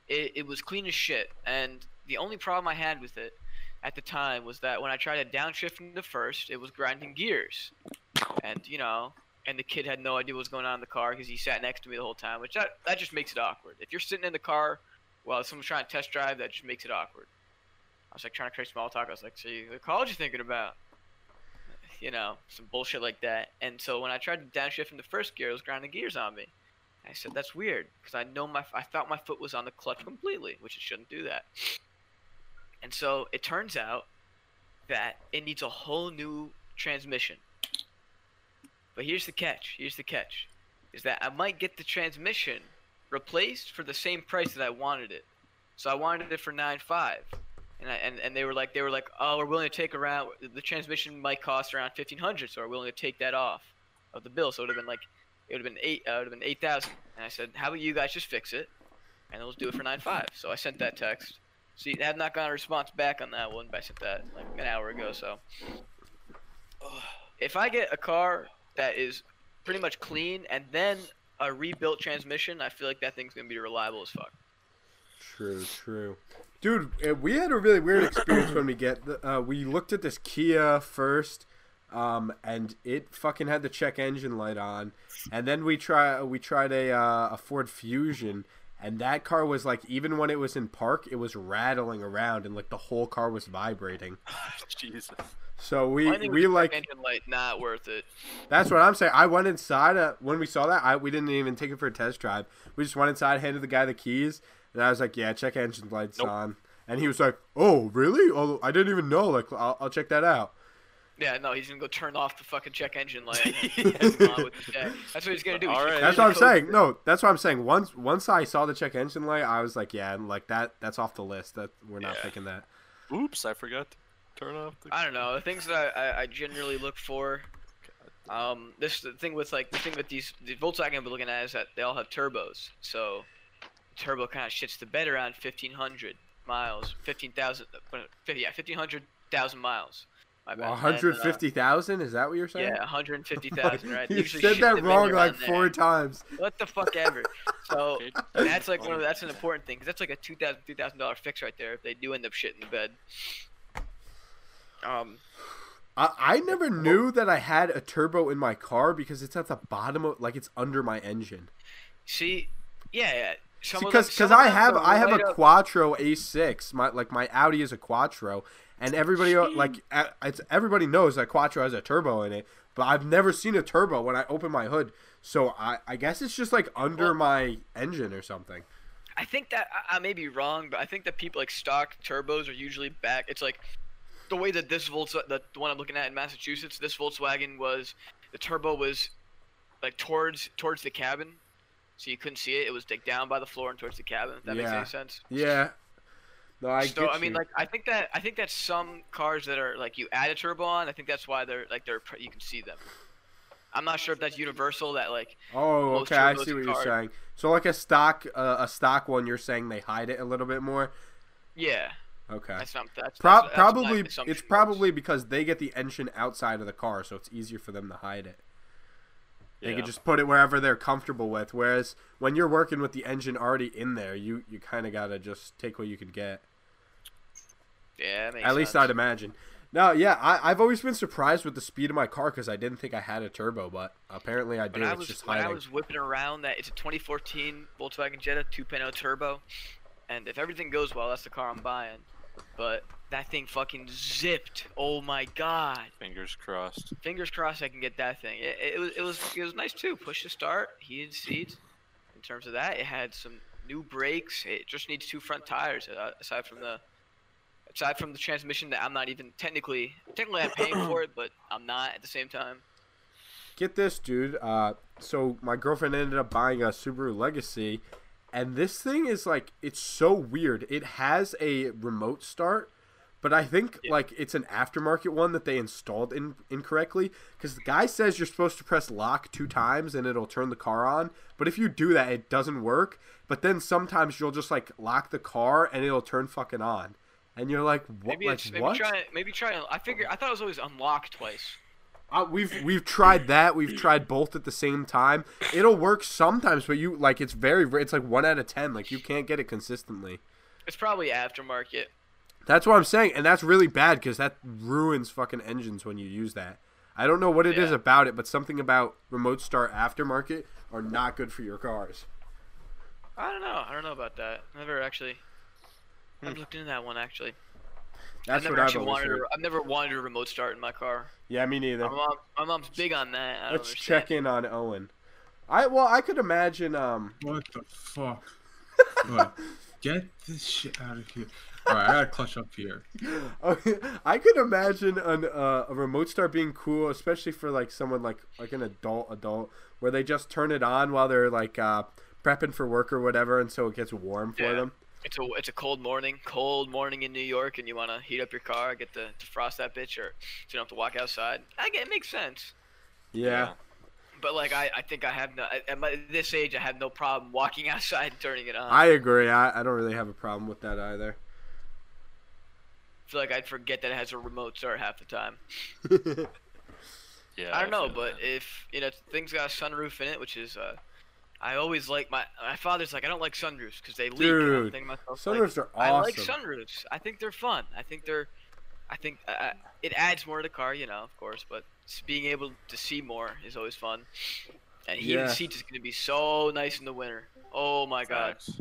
[SPEAKER 4] It it was clean as shit, and the only problem I had with it at the time was that when I tried to downshift into first, it was grinding gears, and you know, and the kid had no idea what was going on in the car because he sat next to me the whole time, which that that just makes it awkward. If you're sitting in the car while someone's trying to test drive, that just makes it awkward. I was like trying to create small talk. I was like, "So, you- the college you thinking about?" you know, some bullshit like that. And so when I tried to downshift in the first gear, it was grinding gears on me. I said, "That's weird," because I know my I thought my foot was on the clutch completely, which it shouldn't do that. And so it turns out that it needs a whole new transmission. But here's the catch. Here's the catch, is that I might get the transmission replaced for the same price that I wanted it. So I wanted it for nine five and I, and and they were like they were like oh we're willing to take around the transmission might cost around fifteen hundred so we're willing to take that off of the bill so it would have been like it would have been eight. Uh, it would have been eight thousand. And I said, how about you guys just fix it, and let's do it for nine five. So I sent that text. See, I have not gotten a response back on that one, but I sent that like an hour ago. So if I get a car that is pretty much clean and then a rebuilt transmission, I feel like that thing's gonna be reliable as fuck.
[SPEAKER 1] True, true. Dude, uh, we had a really weird experience when we get. The, uh, we looked at this Kia first, um, and it fucking had the check engine light on, and then we try we tried a uh, a Ford Fusion, and that car was like even when it was in park, it was rattling around, and like the whole car was vibrating.
[SPEAKER 2] Jesus.
[SPEAKER 1] So
[SPEAKER 4] Mine
[SPEAKER 1] we
[SPEAKER 4] was
[SPEAKER 1] we
[SPEAKER 4] check
[SPEAKER 1] like
[SPEAKER 4] engine light, not worth it.
[SPEAKER 1] That's what I'm saying. I went inside uh, when we saw that. I we didn't even take it for a test drive. We just went inside, handed the guy the keys, and I was like, "Yeah, check engine lights
[SPEAKER 2] Nope.
[SPEAKER 1] on." And he was like, "Oh, really? Oh, I didn't even know. Like, I'll, I'll check that out."
[SPEAKER 4] Yeah, no, he's gonna go turn off the fucking check engine light. That's not what the check- that's what he's gonna do. He's
[SPEAKER 2] Alright.
[SPEAKER 4] just
[SPEAKER 1] That's
[SPEAKER 4] gonna
[SPEAKER 1] what I'm
[SPEAKER 4] close
[SPEAKER 1] saying. No, that's what I'm saying. Once once I saw the check engine light, I was like, "Yeah, and like that. That's off the list. That we're not
[SPEAKER 2] Yeah.
[SPEAKER 1] picking that."
[SPEAKER 2] Oops, I forgot to turn off the.
[SPEAKER 4] I don't know. The things that I, I, I generally look for. Um, this the thing with like the thing with these the Volkswagen I've been looking at is that they all have turbos. So, turbo kind of shits the bed around fifteen hundred miles, fifteen thousand, uh, yeah, fifteen hundred thousand miles. My bad. And, uh,
[SPEAKER 1] One hundred fifty thousand? Is that what you're saying?
[SPEAKER 4] yeah, one hundred fifty thousand. Right. They
[SPEAKER 1] you
[SPEAKER 4] usually
[SPEAKER 1] said
[SPEAKER 4] shit
[SPEAKER 1] that
[SPEAKER 4] the bed
[SPEAKER 1] wrong
[SPEAKER 4] around
[SPEAKER 1] like
[SPEAKER 4] there.
[SPEAKER 1] four times.
[SPEAKER 4] What the fuck ever. So
[SPEAKER 2] Okay.
[SPEAKER 4] that's like one of that's an important thing 'cause that's like a two thousand three thousand dollar fix right there if they do end up shitting the bed. Um,
[SPEAKER 1] I, I never knew that I had a turbo in my car because it's at the bottom of like it's under my engine.
[SPEAKER 4] see, yeah, yeah. Some of them-
[SPEAKER 1] Because
[SPEAKER 4] some
[SPEAKER 1] because
[SPEAKER 4] of
[SPEAKER 1] I
[SPEAKER 4] them
[SPEAKER 1] have
[SPEAKER 4] are
[SPEAKER 1] I have
[SPEAKER 4] right
[SPEAKER 1] a
[SPEAKER 4] up-
[SPEAKER 1] Quattro A6. My like my Audi is a Quattro, and everybody uh, like a- it's everybody knows that Quattro has a turbo in it, but I've never seen a turbo when I open my hood. So I I guess it's just like under
[SPEAKER 4] Well-
[SPEAKER 1] my engine or something.
[SPEAKER 4] I think that I, I may be wrong, but I think that people like stock turbos are usually back. It's like the way that this Volts, the, the one I'm looking at in Massachusetts, this Volkswagen was the turbo was like towards towards the cabin, so you couldn't see it. It was like down by the floor and towards the cabin. If that makes
[SPEAKER 1] Yeah.
[SPEAKER 4] any sense.
[SPEAKER 1] Yeah. No, I
[SPEAKER 4] so
[SPEAKER 1] get
[SPEAKER 4] I mean,
[SPEAKER 1] you.
[SPEAKER 4] like I think that I think that some cars that are like you add a turbo on, I think that's why they're like they're pr- you can see them. I'm not sure if that's universal. That like
[SPEAKER 1] Oh,
[SPEAKER 4] most
[SPEAKER 1] okay. I
[SPEAKER 4] turbos
[SPEAKER 1] see
[SPEAKER 4] in
[SPEAKER 1] what you're
[SPEAKER 4] cars.
[SPEAKER 1] saying. So like a stock, uh, a stock one, you're saying they hide it a little bit more.
[SPEAKER 4] yeah,
[SPEAKER 1] Okay.
[SPEAKER 4] that's not that's,
[SPEAKER 1] Pro-
[SPEAKER 4] that's- that's my
[SPEAKER 1] probably
[SPEAKER 4] assumption
[SPEAKER 1] it's
[SPEAKER 4] was.
[SPEAKER 1] probably because they get the engine outside of the car, so it's easier for them to hide it. They
[SPEAKER 2] Yeah.
[SPEAKER 1] can just put it wherever they're comfortable with. Whereas when you're working with the engine already in there, you you kind of gotta just take what you can get.
[SPEAKER 4] yeah.
[SPEAKER 1] At least I'd imagine. No, yeah, I, I've always been surprised with the speed of my car because I didn't think I had a turbo, but apparently I did.
[SPEAKER 4] When I
[SPEAKER 1] it's
[SPEAKER 4] was
[SPEAKER 1] just
[SPEAKER 4] when I
[SPEAKER 1] hiding.
[SPEAKER 4] was whipping around that, it's a 2014 Volkswagen Jetta 2.0 turbo, and if everything goes well, that's the car I'm buying. But that thing fucking zipped. Oh my god.
[SPEAKER 2] Fingers crossed.
[SPEAKER 4] Fingers crossed I can get that thing. It, it, was it was it was nice too. Push to start, heated seats. In terms of that, it had some new brakes. It just needs two front tires. uh, Aside from the aside from the transmission that I'm not even technically technically I'm paying for it, but I'm not at the same time.
[SPEAKER 1] get this, dude. Uh, so my girlfriend ended up buying a Subaru Legacy, and this thing is like it's so weird. It has a remote start, but I think like it's an aftermarket one that they installed in incorrectly because the guy says you're supposed to press lock two times and it'll turn the car on. But if you do that, it doesn't work. But then sometimes you'll just like lock the car and it'll turn fucking on, and you're like, what?
[SPEAKER 4] Maybe
[SPEAKER 1] like,
[SPEAKER 4] it's maybe
[SPEAKER 1] what?
[SPEAKER 4] try maybe try. I figure I thought it was always unlocked twice.
[SPEAKER 1] Uh, we've we've tried that. We've tried both at the same time. It'll work sometimes, but you like it's very rare. it's like one out of ten. Like you can't get it consistently.
[SPEAKER 4] It's probably aftermarket.
[SPEAKER 1] That's what I'm saying, and that's really bad because that ruins fucking engines when you use that. I don't know what it is
[SPEAKER 4] Yeah.
[SPEAKER 1] about it, but something about remote start aftermarket are not good for your cars.
[SPEAKER 4] I don't know. I don't know about that. Never actually. I've looked into that one actually.
[SPEAKER 1] Hmm. That's
[SPEAKER 4] I've
[SPEAKER 1] what
[SPEAKER 4] never
[SPEAKER 1] I've
[SPEAKER 4] actually
[SPEAKER 1] always
[SPEAKER 4] wanted.
[SPEAKER 1] heard.
[SPEAKER 4] A, I've never wanted a remote start in my car.
[SPEAKER 1] Yeah, me neither.
[SPEAKER 4] My mom, my mom's big on that. I don't
[SPEAKER 1] Let's
[SPEAKER 4] understand.
[SPEAKER 1] check in on Owen. I well, I could imagine. Um,
[SPEAKER 5] What the fuck? Alright, Get this shit out of here. Alright, I gotta clutch up here.
[SPEAKER 1] I could imagine an, uh, a remote start being cool, especially for like someone like like an adult adult, where they just turn it on while they're like uh, prepping for work or whatever, and so it gets warm for
[SPEAKER 4] Yeah.
[SPEAKER 1] them.
[SPEAKER 4] It's a it's a cold morning, cold morning in New York, and you want to heat up your car, get the defrost that bitch, or so you don't have to walk outside. I get it makes sense.
[SPEAKER 1] Yeah.
[SPEAKER 4] But like I, I think I have no. I- At my, this age, I have no problem walking outside and turning it on.
[SPEAKER 1] I agree. I, I don't really have a problem with that either.
[SPEAKER 4] feel like I'd forget that it has a remote start half the time.
[SPEAKER 2] Yeah.
[SPEAKER 4] I don't know,
[SPEAKER 2] feel
[SPEAKER 4] but
[SPEAKER 2] that.
[SPEAKER 4] if you know, things got a sunroof in it, which is, uh, I always like my my father's like I don't like sunroofs because they leak. and I'm
[SPEAKER 1] Dude,
[SPEAKER 4] thinking to myself, like,
[SPEAKER 1] Sunroofs are
[SPEAKER 4] I like
[SPEAKER 1] awesome.
[SPEAKER 4] sunroofs. I think they're fun. I think they're, I think uh, uh, it adds more to the car, you know, of course. But s- being able to see more is always fun. And heated
[SPEAKER 1] Yeah.
[SPEAKER 4] seats is gonna be so nice in the winter. Oh my god,
[SPEAKER 2] Facts.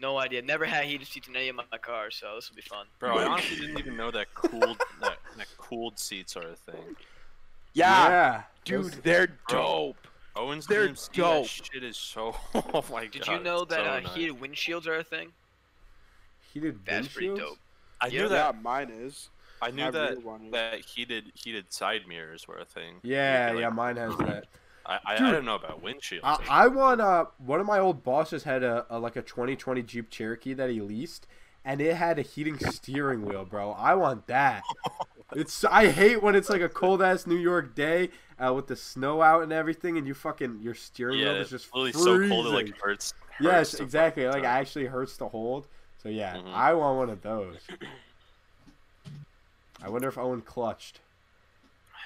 [SPEAKER 4] no idea. Never had heated seats in any of my cars, so this will be fun.
[SPEAKER 2] Bro, I honestly didn't even know that cooled that, that cooled seats are a thing.
[SPEAKER 3] yeah,
[SPEAKER 1] Those-
[SPEAKER 3] dude, they're
[SPEAKER 2] Bro.
[SPEAKER 3] dope.
[SPEAKER 2] Owen's
[SPEAKER 3] They're
[SPEAKER 2] cream ski, that
[SPEAKER 3] dope.
[SPEAKER 2] shit is so. Oh my god.
[SPEAKER 4] Did you know
[SPEAKER 2] it's
[SPEAKER 4] that
[SPEAKER 2] so
[SPEAKER 4] uh,
[SPEAKER 2] nice.
[SPEAKER 4] heated windshields are a thing?
[SPEAKER 1] heated
[SPEAKER 4] That's pretty
[SPEAKER 1] windshields?
[SPEAKER 4] dope.
[SPEAKER 2] I
[SPEAKER 4] Yeah.
[SPEAKER 2] knew
[SPEAKER 3] yeah,
[SPEAKER 2] that.
[SPEAKER 3] mine is.
[SPEAKER 2] I knew
[SPEAKER 3] I
[SPEAKER 2] that.
[SPEAKER 3] really wanted it.
[SPEAKER 2] that heated heated side mirrors were a thing.
[SPEAKER 1] Yeah,
[SPEAKER 2] You could,
[SPEAKER 1] yeah,
[SPEAKER 2] like-
[SPEAKER 1] mine has that.
[SPEAKER 2] I, I, I
[SPEAKER 1] Dude.
[SPEAKER 2] don't know about windshields.
[SPEAKER 1] I, I want uh one of my old bosses had a, a like a 2020 Jeep Cherokee that he leased and it had a heating steering wheel, bro. I want that. It's I hate when it's like a cold ass New York day uh, with the snow out and everything and you fucking your steering
[SPEAKER 2] yeah,
[SPEAKER 1] wheel is
[SPEAKER 2] it's
[SPEAKER 1] just
[SPEAKER 2] really
[SPEAKER 1] freezing.
[SPEAKER 2] so cold it like hurts. hurts
[SPEAKER 1] yes,
[SPEAKER 2] to
[SPEAKER 1] exactly. Like
[SPEAKER 2] fucking
[SPEAKER 1] it
[SPEAKER 2] touch.
[SPEAKER 1] actually hurts to hold. So yeah,
[SPEAKER 2] Mhm.
[SPEAKER 1] I want one of those. I wonder if Owen clutched.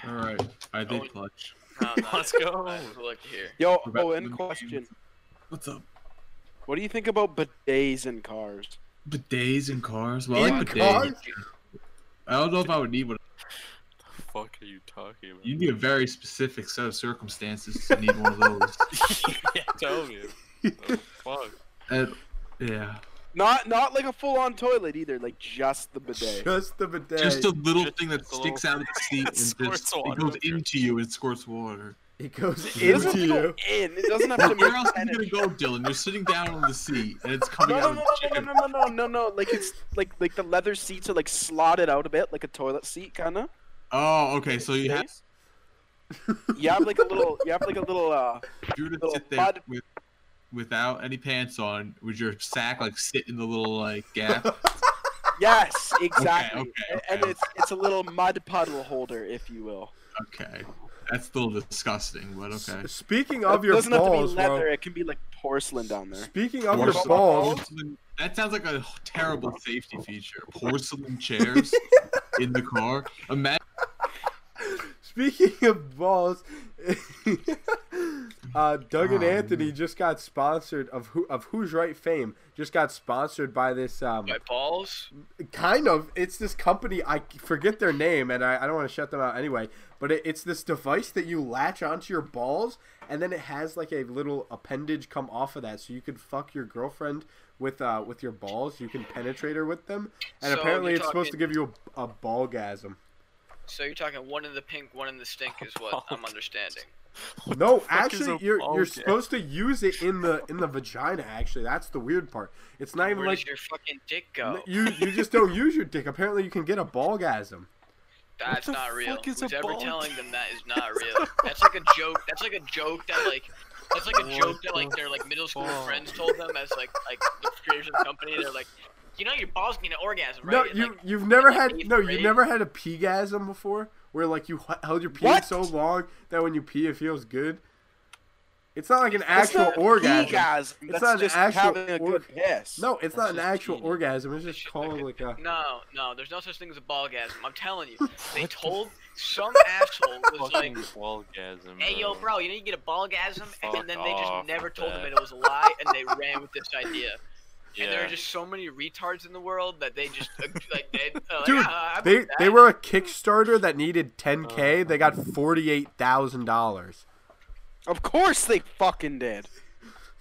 [SPEAKER 5] All right, I
[SPEAKER 4] Oh,
[SPEAKER 5] did clutch.
[SPEAKER 4] No, no,
[SPEAKER 2] Let's go.
[SPEAKER 4] I have to look here.
[SPEAKER 3] Yo,
[SPEAKER 5] We're back
[SPEAKER 3] oh,
[SPEAKER 5] to
[SPEAKER 3] and
[SPEAKER 5] the
[SPEAKER 3] question:
[SPEAKER 5] games. What's up?
[SPEAKER 3] What do you think about bidets in cars?
[SPEAKER 5] Bidets in cars. Well, I
[SPEAKER 1] In
[SPEAKER 5] like bidets.
[SPEAKER 1] cars?
[SPEAKER 5] I don't know if I would need one.
[SPEAKER 2] The fuck are you talking about?
[SPEAKER 5] You need a very specific set of circumstances to need one of those.
[SPEAKER 2] yeah, tell me. The fuck.
[SPEAKER 5] And, yeah,
[SPEAKER 3] Not, not like a full-on toilet either. Like just the bidet.
[SPEAKER 1] Just the bidet.
[SPEAKER 5] just a little
[SPEAKER 2] Just
[SPEAKER 5] thing that
[SPEAKER 2] a little-
[SPEAKER 5] sticks out of the seat and just
[SPEAKER 2] Squirts
[SPEAKER 5] it
[SPEAKER 2] water
[SPEAKER 5] goes
[SPEAKER 2] in your-
[SPEAKER 5] into you and squirts water.
[SPEAKER 1] it goes
[SPEAKER 3] It
[SPEAKER 1] into
[SPEAKER 3] doesn't have to go
[SPEAKER 1] you.
[SPEAKER 3] in. It doesn't have to.
[SPEAKER 5] Where
[SPEAKER 3] make
[SPEAKER 5] else is it gonna
[SPEAKER 3] penetration.
[SPEAKER 5] go, Dylan? You're sitting down on the seat and it's coming
[SPEAKER 3] No,
[SPEAKER 5] out
[SPEAKER 3] no,
[SPEAKER 5] of
[SPEAKER 3] no,
[SPEAKER 5] the
[SPEAKER 3] no,
[SPEAKER 5] chicken.
[SPEAKER 3] no, no, no, no, no, no. Like it's like like the leather seats are like slotted out a bit, like a toilet seat, kind of.
[SPEAKER 5] Oh, okay. So you have
[SPEAKER 3] You have like a little. You have like a little. Uh,
[SPEAKER 5] if you were to
[SPEAKER 3] Little
[SPEAKER 5] sit there
[SPEAKER 3] bud.
[SPEAKER 5] with, without any pants on, would your sack like sit in the little like gap?
[SPEAKER 3] yes, exactly.
[SPEAKER 5] okay,
[SPEAKER 3] A-
[SPEAKER 5] okay.
[SPEAKER 3] And it's it's a little mud puddle holder, if you will.
[SPEAKER 5] Okay, that's a little disgusting, but okay.
[SPEAKER 1] S- Speaking
[SPEAKER 3] it
[SPEAKER 1] of your
[SPEAKER 3] doesn't have
[SPEAKER 1] balls,
[SPEAKER 3] to be leather.
[SPEAKER 1] bro.
[SPEAKER 3] It can be like porcelain down there.
[SPEAKER 1] Speaking of your
[SPEAKER 5] Porcelain-
[SPEAKER 1] balls,
[SPEAKER 5] porcelain- That sounds like a terrible safety feature. Porcelain chairs in the car. Imagine
[SPEAKER 1] speaking of balls, uh, Doug and
[SPEAKER 5] Oh,
[SPEAKER 1] Anthony just got sponsored of who of Who's Right fame. Just got sponsored by this um,
[SPEAKER 4] My balls.
[SPEAKER 1] kind of. It's this company. I forget their name, and I, I don't want to shut them out anyway. But it, it's this device that you latch onto your balls, and then it has like a little appendage come off of that, so you could fuck your girlfriend with uh with your balls. You can penetrate her with them, and
[SPEAKER 4] So
[SPEAKER 1] apparently
[SPEAKER 4] you're
[SPEAKER 1] it's supposed to
[SPEAKER 4] talking-
[SPEAKER 1] give you a, a ballgasm.
[SPEAKER 4] So you're talking one in the pink, one in the stink is what I'm understanding.
[SPEAKER 2] What the
[SPEAKER 1] No,
[SPEAKER 2] fuck is
[SPEAKER 1] actually,
[SPEAKER 2] a
[SPEAKER 1] you're
[SPEAKER 2] ball
[SPEAKER 1] you're
[SPEAKER 2] gag?
[SPEAKER 1] supposed to use it in the in the vagina. Actually, that's the weird part. It's not
[SPEAKER 4] Where
[SPEAKER 1] even
[SPEAKER 4] does
[SPEAKER 1] like
[SPEAKER 4] your fucking dick go?
[SPEAKER 1] n- you you just don't use your dick. Apparently, you can get a ballgasm.
[SPEAKER 4] That's
[SPEAKER 2] the
[SPEAKER 4] not real.
[SPEAKER 2] fuck is a
[SPEAKER 4] Who's ever
[SPEAKER 2] ball
[SPEAKER 4] telling them that is not real. That's like a joke. That's like a joke that like that's like a
[SPEAKER 2] What
[SPEAKER 4] joke that like
[SPEAKER 2] the
[SPEAKER 4] their like middle school
[SPEAKER 2] fuck?
[SPEAKER 4] friends told them as like like the creators of the company. They're like, you know, your balls get an orgasm, right?
[SPEAKER 1] No,
[SPEAKER 4] And,
[SPEAKER 1] you
[SPEAKER 4] like,
[SPEAKER 1] you've never
[SPEAKER 4] like,
[SPEAKER 1] had
[SPEAKER 4] eighth
[SPEAKER 1] no, you
[SPEAKER 4] grade.
[SPEAKER 1] never had a peegasm before, where like you h- held your pee in
[SPEAKER 3] What?
[SPEAKER 1] so long that when you pee, it feels good. It's not like an
[SPEAKER 3] That's
[SPEAKER 1] actual
[SPEAKER 3] not
[SPEAKER 1] orgasm.
[SPEAKER 3] Orgasm.
[SPEAKER 1] It's
[SPEAKER 3] That's
[SPEAKER 1] not an
[SPEAKER 3] just
[SPEAKER 1] actual
[SPEAKER 3] having a
[SPEAKER 1] org-
[SPEAKER 3] good piss.
[SPEAKER 1] No, it's not
[SPEAKER 2] That's
[SPEAKER 1] an
[SPEAKER 2] just
[SPEAKER 1] actual
[SPEAKER 2] cheating.
[SPEAKER 1] orgasm. It's just called like a.
[SPEAKER 4] no, no, there's no such thing as a ballgasm. I'm telling you, they told some asshole was
[SPEAKER 2] Fucking
[SPEAKER 4] like.
[SPEAKER 2] ballgasm.
[SPEAKER 4] Hey yo, bro! You know you get a ballgasm,
[SPEAKER 2] Fuck
[SPEAKER 4] and then they just
[SPEAKER 2] off
[SPEAKER 4] never
[SPEAKER 2] with
[SPEAKER 4] told them
[SPEAKER 2] that.
[SPEAKER 4] and it was a lie, and they ran with this idea.
[SPEAKER 2] Yeah.
[SPEAKER 4] And there are just so many retards in the world that they just uh, like they uh,
[SPEAKER 1] Dude,
[SPEAKER 4] like, "Ah, I want
[SPEAKER 1] They
[SPEAKER 4] that."
[SPEAKER 1] they were a Kickstarter that needed
[SPEAKER 4] Oh,
[SPEAKER 1] 10k. They got forty eight thousand dollars
[SPEAKER 3] Of course they fucking did.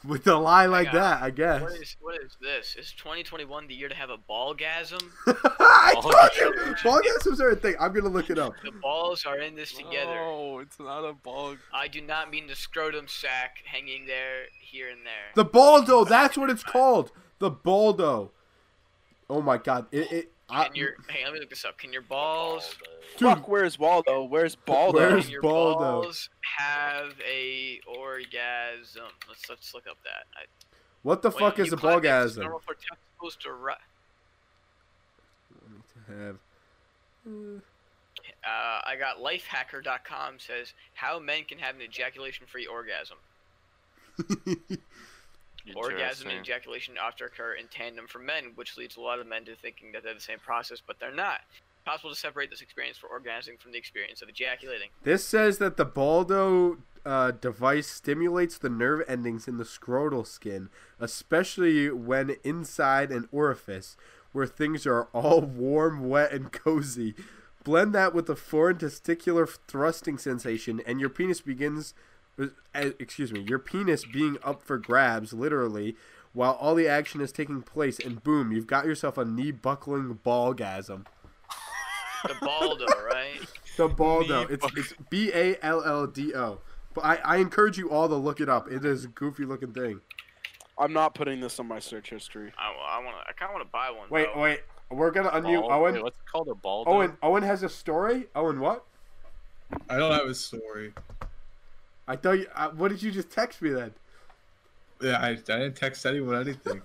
[SPEAKER 1] with a lie like
[SPEAKER 4] got-
[SPEAKER 1] that. I guess.
[SPEAKER 4] What is what is this? Is 2021 the year to have a ballgasm?
[SPEAKER 1] I
[SPEAKER 2] Ball
[SPEAKER 1] told you,
[SPEAKER 2] games.
[SPEAKER 1] ballgasms are a thing. I'm gonna look it up.
[SPEAKER 4] The balls are in this together.
[SPEAKER 1] Oh.
[SPEAKER 2] No, Oh, it's not a ball.
[SPEAKER 4] I do not mean the scrotum sack hanging there, here and there.
[SPEAKER 1] The Baldo, that's what it's called. The Baldo. Oh my god, it. it I,
[SPEAKER 4] Can your hey, let me look this up. Can your balls?
[SPEAKER 1] Dude.
[SPEAKER 3] Fuck, where's Waldo? Where's Baldo?
[SPEAKER 1] Where's-
[SPEAKER 4] Can your
[SPEAKER 1] Baldo?
[SPEAKER 4] balls have a orgasm? Let's let's look up that. I,
[SPEAKER 1] what the
[SPEAKER 4] wait,
[SPEAKER 1] fuck is a
[SPEAKER 4] Euclid thinks it's
[SPEAKER 1] ballgasm?
[SPEAKER 4] Normal for uh, testicles to ri-
[SPEAKER 1] Let me to have.
[SPEAKER 4] Uh, I got lifehacker.com says how men can have an ejaculation-free orgasm. Orgasm and
[SPEAKER 6] Interesting.
[SPEAKER 4] ejaculation often occur in tandem for men, which leads a lot of men to thinking that they're the same process, but they're not. Possible to separate this experience for orgasming from the experience of ejaculating.
[SPEAKER 1] This says that the Baldo uh, device stimulates the nerve endings in the scrotal skin, especially when inside an orifice where things are all warm, wet, and cozy. Blend that with the foreign testicular thrusting sensation, and your penis begins. eh, Excuse me, your penis being up for grabs, literally, while all the action is taking place, and boom, you've got yourself a knee buckling ballgasm.
[SPEAKER 4] The Baldo, right?
[SPEAKER 1] The Baldo.
[SPEAKER 6] Knee
[SPEAKER 1] It's, it's B A L L D O. But I, I encourage you all to look it up. It is a goofy looking thing.
[SPEAKER 3] I'm not putting this on my search history.
[SPEAKER 4] I, want to. I kind of want to buy one.
[SPEAKER 1] Wait,
[SPEAKER 4] though.
[SPEAKER 1] wait. We're gonna unmute
[SPEAKER 2] Bald-
[SPEAKER 1] Owen.
[SPEAKER 2] Wait, what's it called a bald?
[SPEAKER 1] Owen. Owen has a story. Owen, what?
[SPEAKER 5] I don't have a story.
[SPEAKER 1] I thought. You, uh, what did you just text me then?
[SPEAKER 5] Yeah, I, I didn't text anyone anything.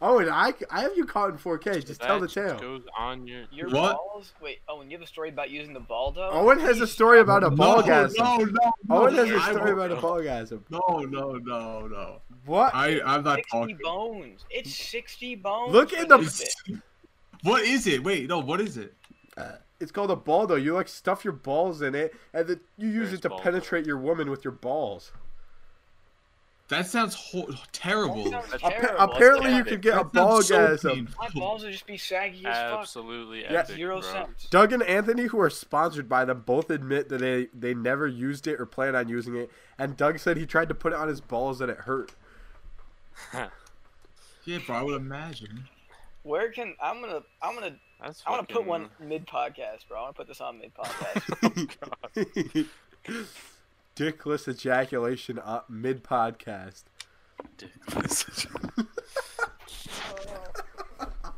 [SPEAKER 1] Owen, I, I have you caught in 4K. Just tell the tale.
[SPEAKER 6] Goes on your.
[SPEAKER 4] Your
[SPEAKER 5] What?
[SPEAKER 4] balls? Wait, Owen, you have a story about using the Baldo?
[SPEAKER 1] Owen has a
[SPEAKER 4] Please-
[SPEAKER 1] story about a
[SPEAKER 5] no, no,
[SPEAKER 1] ballgasm.
[SPEAKER 5] no, no.
[SPEAKER 1] Owen has
[SPEAKER 5] I
[SPEAKER 1] a
[SPEAKER 5] won't-
[SPEAKER 1] story about a ballgasm.
[SPEAKER 5] No, no, no, no.
[SPEAKER 1] What?
[SPEAKER 5] I, I'm not
[SPEAKER 4] 60
[SPEAKER 5] talking.
[SPEAKER 4] bones. It's 60 bones.
[SPEAKER 1] Look
[SPEAKER 4] for
[SPEAKER 1] at the-
[SPEAKER 4] this bit.
[SPEAKER 5] what is it? Wait, no, what is it?
[SPEAKER 1] It's called a baldo. You like stuff your balls in it, and then you use
[SPEAKER 2] There's
[SPEAKER 1] it to
[SPEAKER 2] baldo.
[SPEAKER 1] penetrate your woman with your balls.
[SPEAKER 5] That sounds ho- terrible.
[SPEAKER 4] That sounds
[SPEAKER 1] Appa-
[SPEAKER 4] terrible. It's
[SPEAKER 1] apparently, you
[SPEAKER 4] epic.
[SPEAKER 1] could get a
[SPEAKER 5] That sounds so
[SPEAKER 1] ballgasm.
[SPEAKER 5] painful.
[SPEAKER 4] My balls would just be saggy as fuck.
[SPEAKER 6] Absolutely
[SPEAKER 1] Yeah.
[SPEAKER 6] epic,
[SPEAKER 4] Zero
[SPEAKER 6] bro.
[SPEAKER 4] cents.
[SPEAKER 1] Doug and Anthony, who are sponsored by them, both admit that they, they never used it or plan on using it. And Doug said he tried to put it on his balls and it hurt.
[SPEAKER 5] Yeah, bro, I would imagine.
[SPEAKER 4] Where can I'm gonna I'm gonna
[SPEAKER 6] That's
[SPEAKER 4] I want to put
[SPEAKER 6] fucking-
[SPEAKER 4] one mid podcast, bro. I want to put this on mid podcast.
[SPEAKER 1] Dickless ejaculation mid podcast.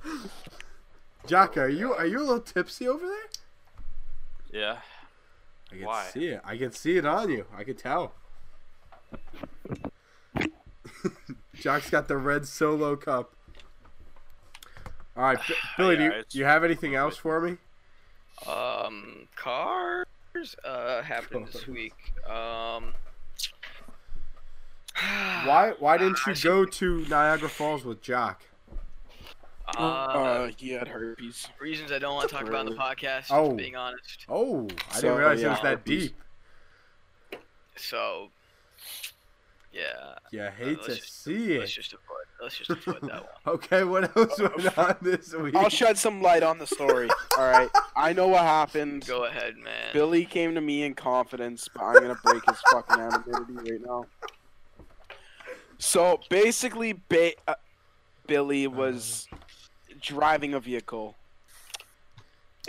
[SPEAKER 1] Jock, are you are you a little tipsy over there?
[SPEAKER 6] Yeah.
[SPEAKER 1] I can
[SPEAKER 6] Why?
[SPEAKER 1] see it. I can see it on you. I can tell. Jock's got the red solo cup. All right, Bi- Billy, do you,
[SPEAKER 2] Yeah, it's-
[SPEAKER 1] do you have anything else for me?
[SPEAKER 4] um, cars uh happened this
[SPEAKER 1] Cars.
[SPEAKER 4] week. Um,
[SPEAKER 1] Why why didn't
[SPEAKER 4] I
[SPEAKER 1] you go to Niagara Falls with Jock?
[SPEAKER 4] Uh,
[SPEAKER 3] Uh, he had herpes.
[SPEAKER 4] reasons I don't want to talk about in the podcast.
[SPEAKER 1] Oh.
[SPEAKER 4] being honest.
[SPEAKER 1] Oh, I
[SPEAKER 3] So,
[SPEAKER 1] didn't realize it
[SPEAKER 3] yeah,
[SPEAKER 1] was that
[SPEAKER 3] herpes.
[SPEAKER 1] deep.
[SPEAKER 4] So, yeah,
[SPEAKER 1] You hate
[SPEAKER 4] let's
[SPEAKER 1] to
[SPEAKER 4] just-
[SPEAKER 1] see
[SPEAKER 4] let's
[SPEAKER 1] it.
[SPEAKER 4] just avoid let's just avoid that one.
[SPEAKER 1] Okay, what else went on this week?
[SPEAKER 3] I'll shed some light on the story. All right. I know what happened.
[SPEAKER 4] Go ahead, man.
[SPEAKER 3] Billy came to me in confidence, but I'm gonna break his fucking anonymity right now. So basically, ba- uh, Billy was driving a vehicle.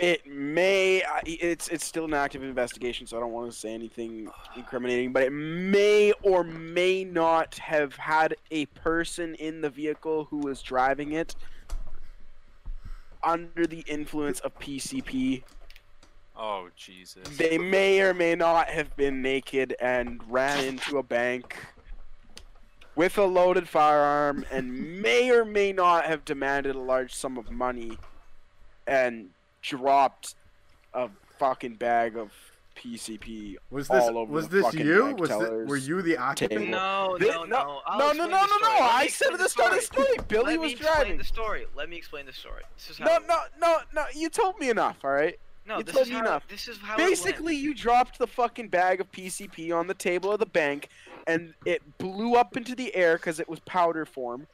[SPEAKER 3] It may I- it's it's still an active investigation, so I don't want to say anything incriminating, but it may or may not have had a person in the vehicle who was driving it under the influence of PCP
[SPEAKER 6] Oh Jesus.
[SPEAKER 3] they may or may not have been naked and ran into a bank with a loaded firearm and may or may not have demanded a large sum of money and dropped a fucking bag of PCP.
[SPEAKER 1] was this
[SPEAKER 3] all over
[SPEAKER 1] was
[SPEAKER 3] the
[SPEAKER 1] this
[SPEAKER 3] fucking
[SPEAKER 1] you?
[SPEAKER 3] bank
[SPEAKER 1] Was thi-
[SPEAKER 3] tellers.
[SPEAKER 1] were you the occupant?
[SPEAKER 3] Table.
[SPEAKER 4] no,
[SPEAKER 3] Thi-
[SPEAKER 4] no, no. I'll
[SPEAKER 3] no, no,
[SPEAKER 4] explain
[SPEAKER 3] no, no,
[SPEAKER 4] the story.
[SPEAKER 3] no,
[SPEAKER 4] Let me
[SPEAKER 3] I said
[SPEAKER 4] explain
[SPEAKER 3] at
[SPEAKER 4] the
[SPEAKER 3] the start of the
[SPEAKER 4] story.
[SPEAKER 3] story, Billy
[SPEAKER 4] Let
[SPEAKER 3] was
[SPEAKER 4] me explain
[SPEAKER 3] driving.
[SPEAKER 4] the story. Let me explain the story. This is how.
[SPEAKER 3] No,
[SPEAKER 4] it-
[SPEAKER 3] no, no, no, you told me enough, alright?
[SPEAKER 4] no.
[SPEAKER 3] you
[SPEAKER 4] This
[SPEAKER 3] told
[SPEAKER 4] is
[SPEAKER 3] me
[SPEAKER 4] how.
[SPEAKER 3] enough.
[SPEAKER 4] This is how. it went.
[SPEAKER 3] Basically, you dropped the fucking bag of PCP on the table of the bank, and it blew up into the air because it was powder form,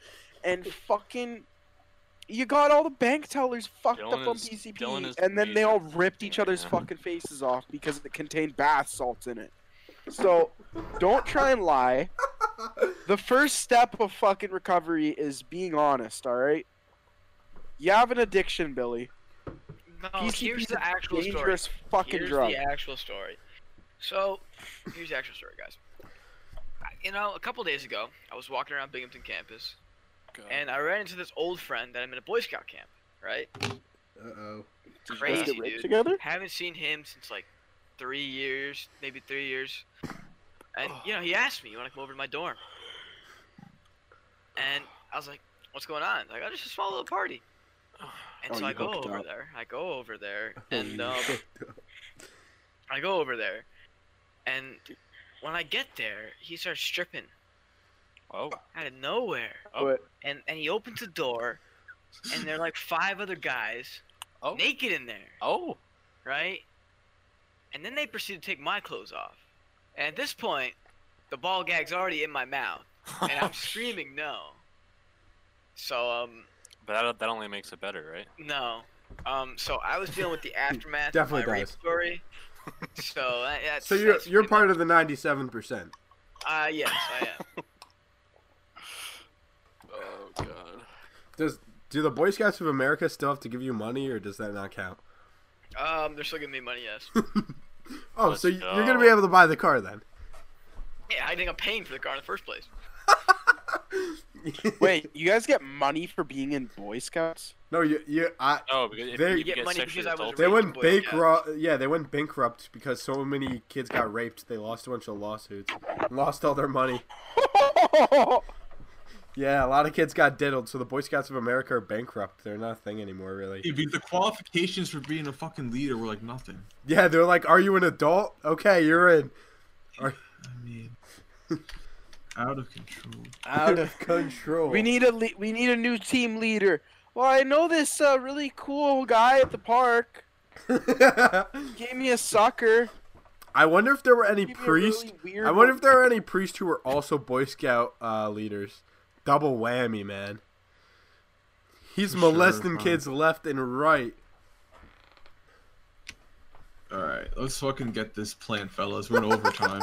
[SPEAKER 3] and fucking, you got all the bank tellers fucked up
[SPEAKER 6] Dylan
[SPEAKER 3] on
[SPEAKER 6] is- Dylan
[SPEAKER 3] PCP,
[SPEAKER 6] is
[SPEAKER 3] and then they all ripped each
[SPEAKER 6] right
[SPEAKER 3] other's
[SPEAKER 6] now.
[SPEAKER 3] fucking faces off because it contained bath salts in it. So, don't try and lie. The first step of fucking recovery is being honest. All right. You have an addiction, Billy.
[SPEAKER 4] no.
[SPEAKER 3] PCP
[SPEAKER 4] here's
[SPEAKER 3] is
[SPEAKER 4] the
[SPEAKER 3] a
[SPEAKER 4] actual story.
[SPEAKER 3] dangerous fucking
[SPEAKER 4] here's
[SPEAKER 3] drug.
[SPEAKER 4] the actual story. So, here's the actual story, guys. I- You know, a couple days ago, I was walking around Binghamton campus,
[SPEAKER 6] God.
[SPEAKER 4] and I ran into this old friend that I'm in a Boy Scout camp, right?
[SPEAKER 1] Uh oh.
[SPEAKER 3] Did you guys
[SPEAKER 4] Crazy
[SPEAKER 3] get raped
[SPEAKER 4] dude.
[SPEAKER 3] together?
[SPEAKER 4] Haven't seen him since like three years, maybe three years. And
[SPEAKER 3] Oh.
[SPEAKER 4] you know, he asked me, "You want to come over to my dorm?" And I was like, "What's going on?" Like, "Oh, just a small little party." And
[SPEAKER 3] Oh,
[SPEAKER 4] so
[SPEAKER 3] you
[SPEAKER 4] I go
[SPEAKER 3] hooked
[SPEAKER 4] over
[SPEAKER 3] up.
[SPEAKER 4] there. I go over there,
[SPEAKER 1] Oh,
[SPEAKER 4] and
[SPEAKER 1] you
[SPEAKER 3] uh,
[SPEAKER 4] um,
[SPEAKER 1] fucked up.
[SPEAKER 4] I go over there, and when I get there, he starts stripping
[SPEAKER 6] Oh,
[SPEAKER 4] out of nowhere,
[SPEAKER 6] Oh.
[SPEAKER 3] But-
[SPEAKER 4] and and he opens the door, and there are like five other guys,
[SPEAKER 6] Oh.
[SPEAKER 4] naked in there,
[SPEAKER 6] oh,
[SPEAKER 4] right? And then they proceed to take my clothes off, and at this point, the ball gag's already in my mouth, and
[SPEAKER 1] Oh,
[SPEAKER 4] I'm screaming no. So um,
[SPEAKER 6] but that, that only makes it better, right?
[SPEAKER 4] No. Um. So I was dealing with the aftermath of
[SPEAKER 1] Definitely
[SPEAKER 4] my rape
[SPEAKER 1] does.
[SPEAKER 4] story. So uh, that, that's.
[SPEAKER 1] so you're
[SPEAKER 4] that's
[SPEAKER 1] you're
[SPEAKER 4] pretty
[SPEAKER 1] part of the ninety seven percent.
[SPEAKER 4] much- Uh. Yes, I am.
[SPEAKER 6] Oh god.
[SPEAKER 1] Does do the Boy Scouts of America still have to give you money, or does that not count?
[SPEAKER 4] Um. They're still giving me money. Yes.
[SPEAKER 1] Oh,
[SPEAKER 6] Let's
[SPEAKER 1] so you- you're gonna be
[SPEAKER 6] go.
[SPEAKER 1] able to buy the car then?
[SPEAKER 4] Yeah. I think I'm paying for the car in the first place.
[SPEAKER 3] Wait, you guys get money for being in Boy Scouts?
[SPEAKER 1] no, you you I.
[SPEAKER 6] Oh, because if
[SPEAKER 1] They-
[SPEAKER 6] you
[SPEAKER 1] You
[SPEAKER 4] get
[SPEAKER 6] get
[SPEAKER 4] money
[SPEAKER 6] sexually
[SPEAKER 4] because I was
[SPEAKER 6] assaulted-
[SPEAKER 1] They
[SPEAKER 4] Raped
[SPEAKER 1] went
[SPEAKER 4] Boy
[SPEAKER 1] bankrupt. Yeah, they went bankrupt because so many kids got raped. They lost a bunch of lawsuits, lost all their money. Yeah, a lot of kids got diddled, so the Boy Scouts of America are bankrupt. They're not a thing anymore, really.
[SPEAKER 5] Yeah, because the qualifications for being a fucking leader were like nothing.
[SPEAKER 1] Yeah, they're like, "Are you an adult? Okay, you're in."
[SPEAKER 5] I mean, out of control.
[SPEAKER 1] Out of control.
[SPEAKER 3] We need a le- we need a new team leader. Well, I know this uh, really cool guy at the park. He gave me a sucker.
[SPEAKER 1] I wonder if there were any
[SPEAKER 3] Gave me a really
[SPEAKER 1] priests.
[SPEAKER 3] weird
[SPEAKER 1] I wonder if there are any priests who were also Boy Scout uh, leaders. Double whammy, man. He's
[SPEAKER 5] For sure,
[SPEAKER 1] molesting
[SPEAKER 5] huh?
[SPEAKER 1] kids left and right.
[SPEAKER 5] All right, let's fucking get this plan, fellas. We're in overtime.